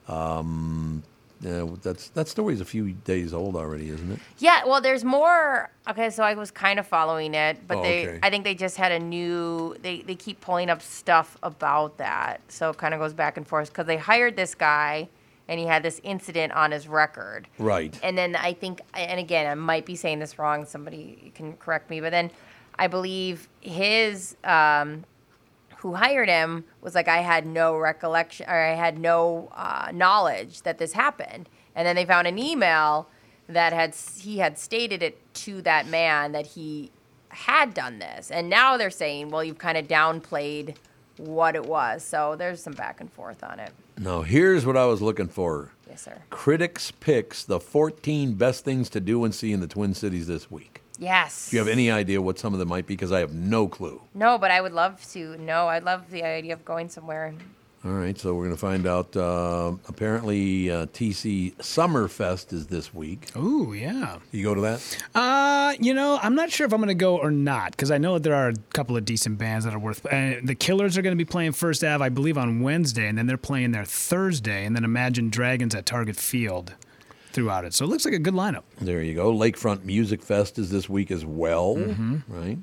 Speaker 2: Um, yeah, that's that story is a few days old already, isn't it?
Speaker 4: Yeah, well, there's more. Okay, so I was kind of following it, but
Speaker 2: Oh,
Speaker 4: they,
Speaker 2: okay.
Speaker 4: I think they just had a new. They they keep pulling up stuff about that, so it kind of goes back and forth because they hired this guy, and he had this incident on his record.
Speaker 2: Right.
Speaker 4: And then I think, and again, I might be saying this wrong. Somebody can correct me, but then I believe his um, who hired him was like, I had no recollection or I had no uh, knowledge that this happened. And then they found an email that had he had stated it to that man that he had done this, and now they're saying, well, you've kind of downplayed what it was. So there's some back and forth on it.
Speaker 2: Now here's what I was looking for.
Speaker 4: Yes, sir.
Speaker 2: Critics picks the 14 best things to do and see in the Twin Cities this week.
Speaker 4: Yes.
Speaker 2: Do you have any idea what some of them might be? Because I have no clue.
Speaker 4: No, but I would love to. No, I love the idea of going somewhere. and-
Speaker 2: All right, so we're going to find out. Uh, apparently, uh, TC Summerfest is this week.
Speaker 5: Ooh, yeah.
Speaker 2: You go to that?
Speaker 5: Uh, you know, I'm not sure if I'm going to go or not because I know that there are a couple of decent bands that are worth. Uh, the Killers are going to be playing First Ave, I believe, on Wednesday, and then they're playing there Thursday, and then Imagine Dragons at Target Field throughout it. So it looks like a good lineup.
Speaker 2: There you go. Lakefront Music Fest is this week as well,
Speaker 5: Mm-hmm.
Speaker 2: right?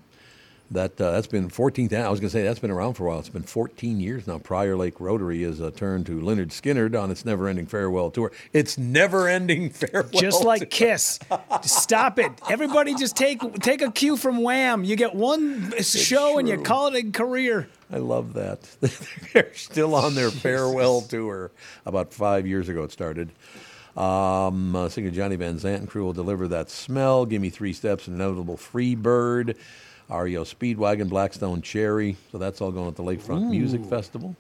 Speaker 2: That uh, that's been 14th. I was going to say that's been around for a while. It's been 14 years now. Prior Lake Rotary is a turn to Leonard Skinner on its never-ending farewell tour. It's never-ending farewell.
Speaker 5: Just
Speaker 2: tour.
Speaker 5: like Kiss, stop it! Everybody, just take take a cue from Wham. You get one show and you
Speaker 2: true.
Speaker 5: call it a career.
Speaker 2: I love that. They're still on their farewell tour. About five years ago, it started. Um, uh, singer Johnny Van Zant and crew will deliver that smell. Give me three steps. Inevitable Free Bird, REO Speedwagon, Blackstone Cherry. So that's all going at the Lakefront Music Festival.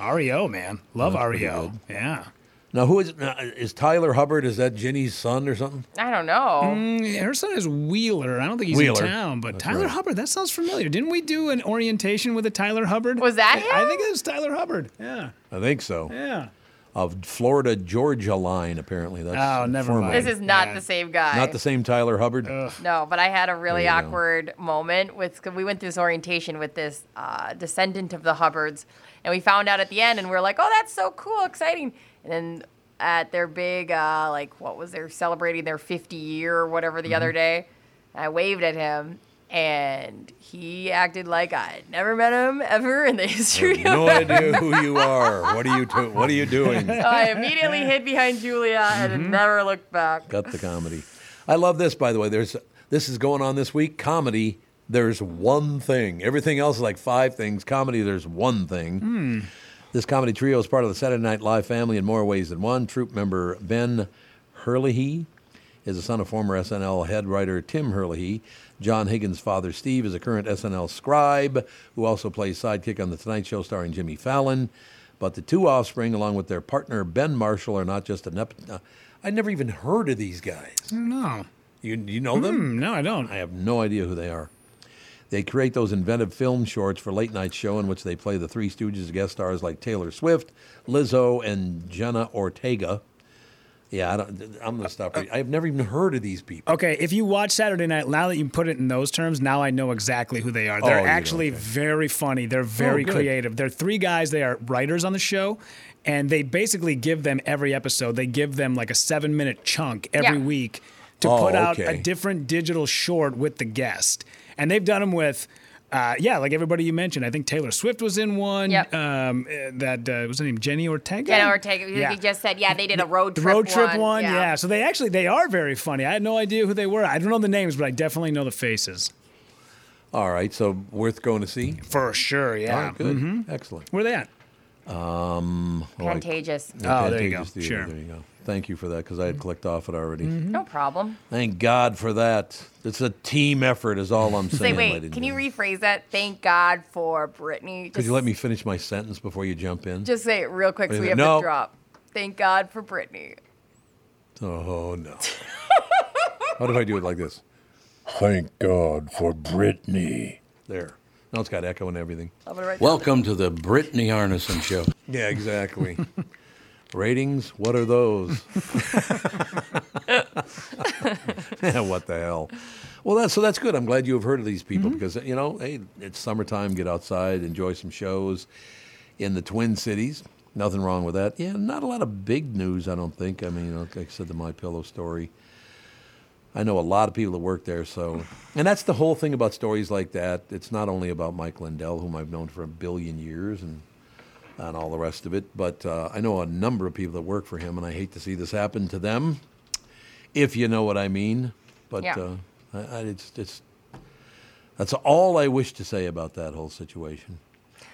Speaker 5: REO, E man, love E
Speaker 2: That's pretty
Speaker 5: REO.
Speaker 2: good.
Speaker 5: Yeah,
Speaker 2: Now, who is now, is Tyler Hubbard? Is that Jenny's son or something?
Speaker 4: I don't know.
Speaker 5: Mm, her son is Wheeler. I don't think he's
Speaker 2: Wheeler.
Speaker 5: in town, but Tyler
Speaker 2: right.
Speaker 5: Hubbard. That sounds familiar. Didn't we do an orientation with a Tyler Hubbard?
Speaker 4: Was that
Speaker 5: I- I
Speaker 4: him?
Speaker 5: think it was Tyler Hubbard. Yeah,
Speaker 2: I think so.
Speaker 5: yeah.
Speaker 2: Of Florida Georgia line, apparently. That's
Speaker 5: Oh, never
Speaker 2: former.
Speaker 5: mind.
Speaker 4: This is not the same guy.
Speaker 2: Not the same Tyler Hubbard.
Speaker 4: no, but I had a really
Speaker 2: There you go.
Speaker 4: awkward moment with. Cause we went through this orientation with this uh, descendant of the Hubbards, and we found out at the end, and we are like, "Oh, that's so cool, exciting!" And then at their big, uh, like, what was their celebrating their 50 year or whatever the other day, I waved at him. And he acted like I'd never met him ever in the history of
Speaker 2: no idea who you are. What are you do- What are you doing?
Speaker 4: I immediately hid behind Julia and never looked back.
Speaker 2: Got the comedy. I love this, by the way. There's this is going on this week. Comedy. There's one thing. Everything else is like five things. Comedy. There's one thing. This comedy trio is part of the Saturday Night Live family in more ways than one. Troop member Ben Herlihy is the son of former SNL head writer Tim Herlihy. John Higgins' father Steve is a current SNL scribe who also plays sidekick on The Tonight Show starring Jimmy Fallon. But the two offspring, along with their partner Ben Marshall, are not just a nep- uh, I never even heard of these guys.
Speaker 5: No,
Speaker 2: You, you know them?
Speaker 5: Hmm, no, I don't.
Speaker 2: I have no idea who they are. They create those inventive film shorts for late night show in which they play the Three Stooges guest stars like Taylor Swift, Lizzo, and Jenna Ortega. Yeah, I don't, I'm gonna stop. reading. I've never even heard of these people.
Speaker 5: Okay, if you watch Saturday Night, now that you put it in those terms, now I know exactly who they are.
Speaker 2: Oh,
Speaker 5: They're
Speaker 2: you know,
Speaker 5: actually
Speaker 2: okay. Oh,
Speaker 5: very funny. They're very
Speaker 2: good.
Speaker 5: creative. They're three guys. They are writers on the show, and they basically give them every episode. They give them like a seven minute chunk every
Speaker 4: Yeah.
Speaker 5: week to
Speaker 2: Oh,
Speaker 5: put out
Speaker 2: okay.
Speaker 5: a different digital short with the guest, and they've done them with. Uh, yeah, like everybody you mentioned, I think Taylor Swift was in one.
Speaker 4: Yep.
Speaker 5: Um, uh, that uh, was her name, Jenny Ortega.
Speaker 4: Jenna Ortega, who you just said, yeah, they did a road
Speaker 5: The
Speaker 4: trip.
Speaker 5: road trip one, yeah. So they actually they are very funny. I had no idea who they were. I don't know the names, but I definitely know the faces
Speaker 2: All right, so worth going to see.
Speaker 5: for sure.
Speaker 2: All
Speaker 5: Yeah.
Speaker 2: right, good, excellent.
Speaker 5: Where they at?
Speaker 2: Um, all right.
Speaker 4: Contagious.
Speaker 5: Oh, there you go.
Speaker 2: Contagious Theater,
Speaker 5: Sure.
Speaker 2: There you go. Thank you for that because I had clicked off it already.
Speaker 4: No problem.
Speaker 2: Thank God for that. It's a team effort, is all I'm
Speaker 4: Say,
Speaker 2: saying. ladies
Speaker 4: wait,
Speaker 2: and
Speaker 4: can you
Speaker 2: gentlemen.
Speaker 4: rephrase that? Thank God for Brittany.
Speaker 2: Could you let me finish my sentence before you jump in?
Speaker 4: Just say it real quick
Speaker 2: Wait a
Speaker 4: so we have
Speaker 2: minute.
Speaker 4: to
Speaker 2: No.
Speaker 4: drop. Thank God for Brittany.
Speaker 2: Oh no. what if I do it like this? Thank God for Brittany. There. Now it's got echo and everything.
Speaker 4: I'm gonna write that
Speaker 2: Welcome to the Brittany Arneson show. yeah, exactly. Ratings, what are those? yeah, what the hell? Well, that's so that's good. I'm glad you have heard of these people because you know, hey, it's summertime. Get outside, enjoy some shows in the Twin Cities. Nothing wrong with that. Yeah, not a lot of big news, I don't think. I mean, like I said, the My Pillow story. I know a lot of people that work there, so and that's the whole thing about stories like that. It's not only about Mike Lindell, whom I've known for a billion years, and and all the rest of it, but uh, I know a number of people that work for him, and I hate to see this happen to them, if you know what I mean. But
Speaker 4: Yeah.
Speaker 2: uh, I, I, it's it's that's all I wish to say about that whole situation.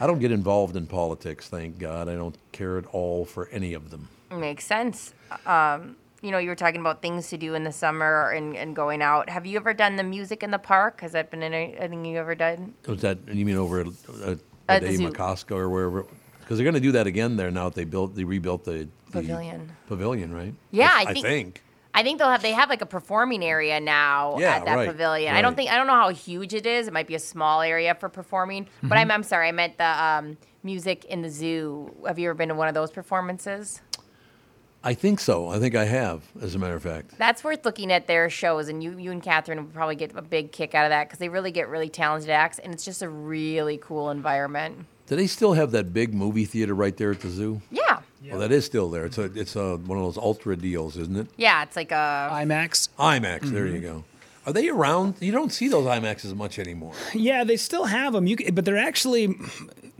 Speaker 2: I don't get involved in politics, thank God. I don't care at all for any of them.
Speaker 4: Makes sense. Um, you know, you were talking about things to do in the summer and, and going out. Have you ever done the music in the park? Has that been any- anything you ever done?
Speaker 2: Was that you mean over at, at,
Speaker 4: At
Speaker 2: at
Speaker 4: the
Speaker 2: Dave
Speaker 4: zoo.
Speaker 2: Makoska or wherever? Because they're going to do that again there now. That they built, they rebuilt the, the
Speaker 4: Pavilion.
Speaker 2: Pavilion, right?
Speaker 4: Yeah,
Speaker 2: I,
Speaker 4: I think-
Speaker 2: think.
Speaker 4: I think they'll have they have like a performing area now
Speaker 2: Yeah,
Speaker 4: at that
Speaker 2: right,
Speaker 4: pavilion. I don't
Speaker 2: right.
Speaker 4: think I don't know how huge it is. It might be a small area for performing.
Speaker 2: Mm-hmm.
Speaker 4: But I'm I'm sorry, I meant the um, music in the zoo. Have you ever been to one of those performances?
Speaker 2: I think so. I think I have, as a matter of fact.
Speaker 4: That's worth looking at their shows, and you you and Catherine would probably get a big kick out of that because they really get really talented acts, and it's just a really cool environment.
Speaker 2: Do they still have that big movie theater right there at the zoo?
Speaker 4: Yeah,
Speaker 2: Well, that is still there. It's a, it's a, one of those ultra deals, isn't it?
Speaker 4: yeah, it's like a
Speaker 5: IMAX.
Speaker 2: IMAX. There you go. Are they around? You don't see those IMAXs much anymore.
Speaker 5: Yeah, they still have them. You, c- but they're actually.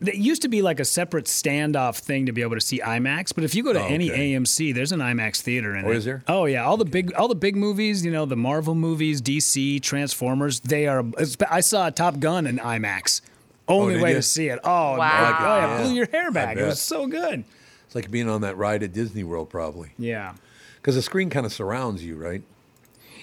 Speaker 5: It used to be like a separate standoff thing to be able to see IMAX, but if you go to
Speaker 2: Oh,
Speaker 5: any
Speaker 2: okay.
Speaker 5: AMC, there's an IMAX theater in
Speaker 2: Oh,
Speaker 5: it.
Speaker 2: is there?
Speaker 5: Oh yeah, all the big, all the big movies. You know, the Marvel movies, DC, Transformers. They are. I saw Top Gun in IMAX. Only
Speaker 2: did
Speaker 5: way
Speaker 2: you?
Speaker 5: to see it. Oh, my
Speaker 4: Wow.
Speaker 5: God, oh, yeah,
Speaker 2: Yeah.
Speaker 5: blew your hair
Speaker 2: I
Speaker 5: back. It
Speaker 2: bet.
Speaker 5: was so good.
Speaker 2: It's like being on that ride at Disney World, probably,
Speaker 5: Yeah.
Speaker 2: because the screen kind of surrounds you, right?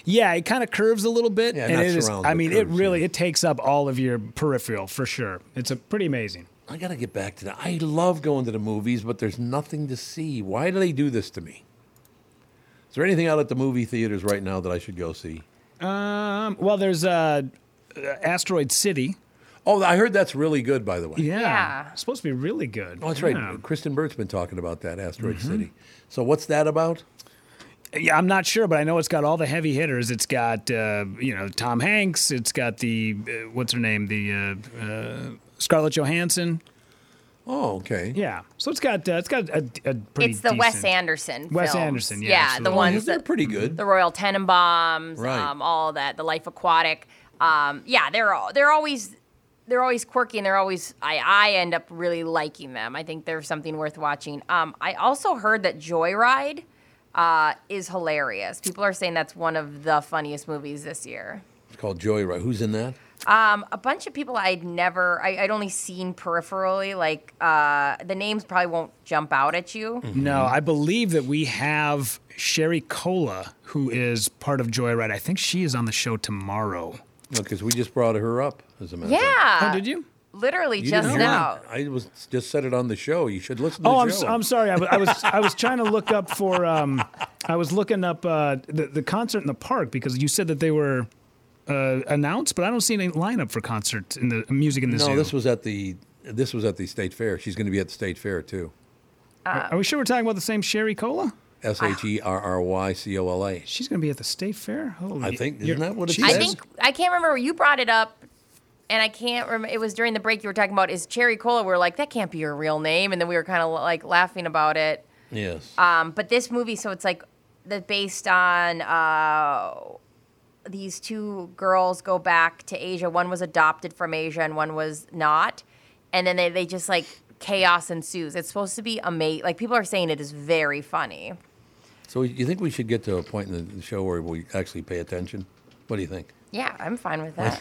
Speaker 5: Yeah, it kind of curves a little bit,
Speaker 2: Yeah,
Speaker 5: and
Speaker 2: not
Speaker 5: it is.
Speaker 2: surrounds,
Speaker 5: I
Speaker 2: but
Speaker 5: mean, it
Speaker 2: curves,
Speaker 5: really
Speaker 2: yeah.
Speaker 5: it takes up all of your peripheral for sure. It's a pretty amazing.
Speaker 2: I gotta get back to that. I love going to the movies, but there's nothing to see. Why do they do this to me? Is there anything out at the movie theaters right now that I should go see?
Speaker 5: Um, well, there's uh, uh, Asteroid City.
Speaker 2: Oh, I heard that's really good, by the way.
Speaker 5: Yeah,
Speaker 4: Yeah.
Speaker 5: It's supposed to be really good.
Speaker 2: Oh, that's right.
Speaker 5: Yeah. Mm-hmm.
Speaker 2: Kristen Burt's been talking about that, Asteroid City. So what's that about?
Speaker 5: Yeah, I'm not sure, but I know it's got all the heavy hitters. It's got uh, you know Tom Hanks. It's got the uh, what's her name, the uh, uh, Scarlett Johansson.
Speaker 2: Oh, okay.
Speaker 5: Yeah, so it's got uh, it's got a, a pretty.
Speaker 4: it's the Wes
Speaker 5: decent-
Speaker 4: Anderson.
Speaker 5: Wes
Speaker 4: films.
Speaker 5: Anderson, yeah,
Speaker 4: the
Speaker 5: absolutely.
Speaker 2: Oh, yeah,
Speaker 4: ones
Speaker 2: they're
Speaker 4: that
Speaker 2: pretty good.
Speaker 4: the Royal Tenenbaums,
Speaker 2: Right.
Speaker 4: um, all that, the Life Aquatic. Um, yeah, they're all, they're always they're always quirky and they're always I I end up really liking them. I think they're something worth watching. Um, I also heard that Joyride uh, is hilarious. People are saying that's one of the funniest movies this year.
Speaker 2: It's called Joyride. Who's in that?
Speaker 4: Um, a bunch of people I'd never, I, I'd only seen peripherally. Like uh, the names probably won't jump out at you.
Speaker 2: Mm-hmm.
Speaker 5: No, I believe that we have Sherry Cola, who is part of Joyride. I think she is on the show tomorrow.
Speaker 2: Because we just brought her up, as a matter of fact.
Speaker 4: Yeah.
Speaker 5: oh, did you?
Speaker 4: Literally
Speaker 2: You
Speaker 4: just
Speaker 2: didn't hear
Speaker 4: now.
Speaker 2: that? I was just said it on the show. You should listen to
Speaker 5: Oh,
Speaker 2: the
Speaker 5: I'm,
Speaker 2: show.
Speaker 5: so, I'm sorry. I was, I was I was trying to look up for um, I was looking up uh, the the concert in the park because you said that they were uh, announced, but I don't see any lineup for concert in the music in the zoo.
Speaker 2: No, this was at the this was at the state fair. She's going to be at the state fair too.
Speaker 5: Are are we sure we're talking about the same Sherry Cola?
Speaker 2: S H E R R Y C O L A.
Speaker 5: She's going to be at the state fair. Holy,
Speaker 2: I think- isn't
Speaker 5: you're-
Speaker 2: that what it
Speaker 5: Jesus.
Speaker 4: I
Speaker 2: says?
Speaker 4: think I can't remember. You brought it up, and I can't remember. It was during the break you were talking about is Cherry Cola. We were like, that can't be your real name, and then we were kind of like laughing about it.
Speaker 2: Yes.
Speaker 4: Um, but this movie, so it's like that based on uh, these two girls go back to Asia. One was adopted from Asia and one was not. And then they, they just like chaos ensues. It's supposed to be amazing. Like people are saying it is very funny.
Speaker 2: So you think we should get to a point in the show where we actually pay attention? What do you think?
Speaker 4: Yeah, I'm fine with that.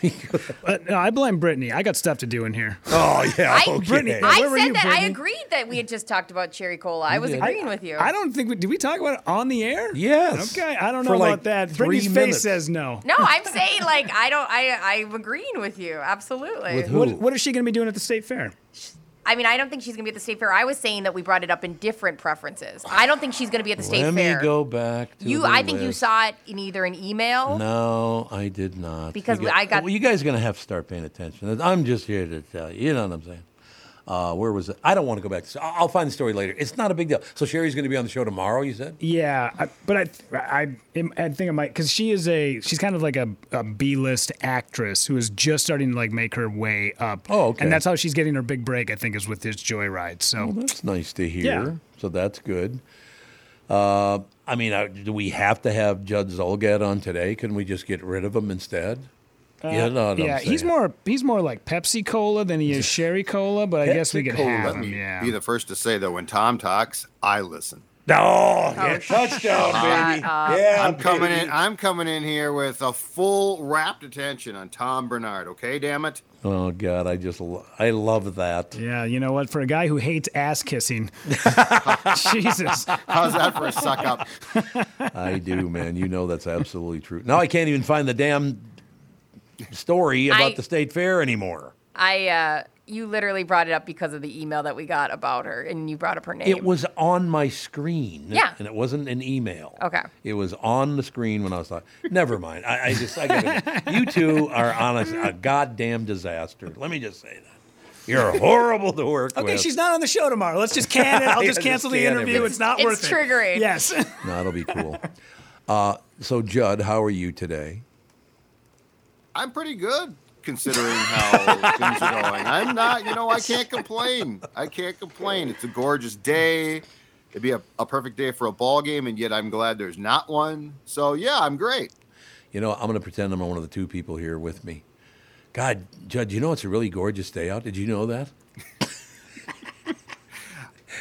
Speaker 5: But Uh, no, I blame Brittany. I got stuff to do in here.
Speaker 9: Oh yeah,
Speaker 4: I-
Speaker 9: okay.
Speaker 5: Brittany,
Speaker 4: I
Speaker 5: Where were
Speaker 4: said
Speaker 5: you,
Speaker 4: that I
Speaker 5: Brittany?
Speaker 4: agreed that we had just talked about cherry cola. I was
Speaker 2: did.
Speaker 4: agreeing with you.
Speaker 5: I don't think we did. We talk about it on the air.
Speaker 2: Yes.
Speaker 5: Okay. I don't know
Speaker 2: For like
Speaker 5: about that.
Speaker 2: three
Speaker 5: Brittany's
Speaker 2: minutes.
Speaker 5: face says no.
Speaker 4: no, I'm saying like I don't. I I'm agreeing with you absolutely.
Speaker 2: With who?
Speaker 5: What, what is she going to be doing at the state fair?
Speaker 4: I mean, I don't think she's gonna be at the state fair. I was saying that we brought it up in different preferences. I don't think she's gonna be at the state
Speaker 2: Let
Speaker 4: fair.
Speaker 2: me go back to
Speaker 4: you,
Speaker 2: the
Speaker 4: I think you
Speaker 2: list.
Speaker 4: saw it in either an email.
Speaker 2: No, I did not.
Speaker 4: Because
Speaker 2: You
Speaker 4: I got-
Speaker 2: Well, you guys are going to have to start paying attention. I'm just here to tell you. You know what I'm saying? Uh, where was it? I don't want to go back. To, I'll I'll find the story later. It's not a big deal. So Sherry's going to be on the show tomorrow. You said.
Speaker 5: Yeah, I, but I, I, I think I might because she is a she's kind of like a, a B list actress who is just starting to like make her way up.
Speaker 2: Oh, okay.
Speaker 5: And that's how she's getting her big break. I think is with this Joyride. So
Speaker 2: Well, that's nice to hear.
Speaker 5: Yeah.
Speaker 2: So that's good. Uh, I mean, I, do we have to have Judd Zolgad on today? Can we just get rid of him instead? yeah, no, no.
Speaker 5: Uh, yeah, he's more he's more like Pepsi Cola than he is Sherry Cola. But I guess we could
Speaker 2: Pepsi Cola.
Speaker 5: have
Speaker 2: Let
Speaker 5: him.
Speaker 2: me
Speaker 5: Yeah.
Speaker 11: Be the first to say that when Tom talks, I listen.
Speaker 2: No, yeah,
Speaker 4: Oh, shut
Speaker 2: touchdown, baby.
Speaker 4: up.
Speaker 2: Yeah,
Speaker 11: I'm coming
Speaker 2: baby.
Speaker 11: in. I'm coming in here with a full wrapped attention on Tom Bernard. Okay, damn it.
Speaker 2: Oh God, I just lo- I love that.
Speaker 5: Yeah, you know what? For a guy who hates ass kissing, Jesus.
Speaker 11: How's that for a suck up?
Speaker 2: I do, man. You know that's absolutely true. Now I can't even find the damn story about
Speaker 4: I-
Speaker 2: the state fair anymore.
Speaker 4: I, uh, you literally brought it up because of the email that we got about her, and you brought up her name.
Speaker 2: It was on my screen.
Speaker 4: Yeah.
Speaker 2: And it wasn't an email.
Speaker 4: Okay.
Speaker 2: It was on the screen when I was like, never mind. I, I just, I got You two are on a, a goddamn disaster. Let me just say that. You're horrible to work with.
Speaker 5: Okay, she's not on the show tomorrow. Let's just can it. I'll
Speaker 2: Yeah,
Speaker 5: just cancel
Speaker 2: just
Speaker 5: the
Speaker 2: can
Speaker 5: interview.
Speaker 2: everything.
Speaker 5: It's not
Speaker 4: It's
Speaker 5: worth it.
Speaker 4: triggering.
Speaker 5: Yes.
Speaker 2: No, it'll be cool. Uh, so, Judd, how are you today?
Speaker 11: I'm pretty good considering how things are going. I'm not. You know, I can't complain. I can't complain. It's a gorgeous day. It'd be a, a perfect day for a ball game, and yet I'm glad there's not one. So yeah, I'm great.
Speaker 2: You know, I'm going to pretend I'm one of the two people here with me. God, Judd, you know it's a really gorgeous day out. Did you know that?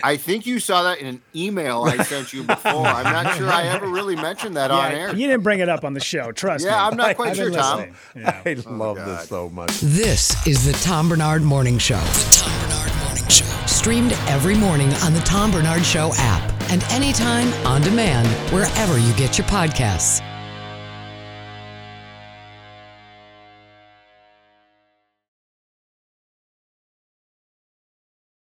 Speaker 11: I think you saw that in an email I sent you before. I'm not sure I ever really mentioned that on
Speaker 5: Yeah,
Speaker 11: air.
Speaker 5: you didn't bring it up on the show. Trust me.
Speaker 11: Yeah, I'm not
Speaker 5: I've
Speaker 11: quite
Speaker 5: been
Speaker 11: sure, Tom.
Speaker 5: listening. Yeah.
Speaker 2: I love this so much.
Speaker 1: This is the Tom Bernard Morning Show. The Tom Bernard Morning Show. Streamed every morning on the Tom Bernard Show app and anytime on demand wherever you get your podcasts.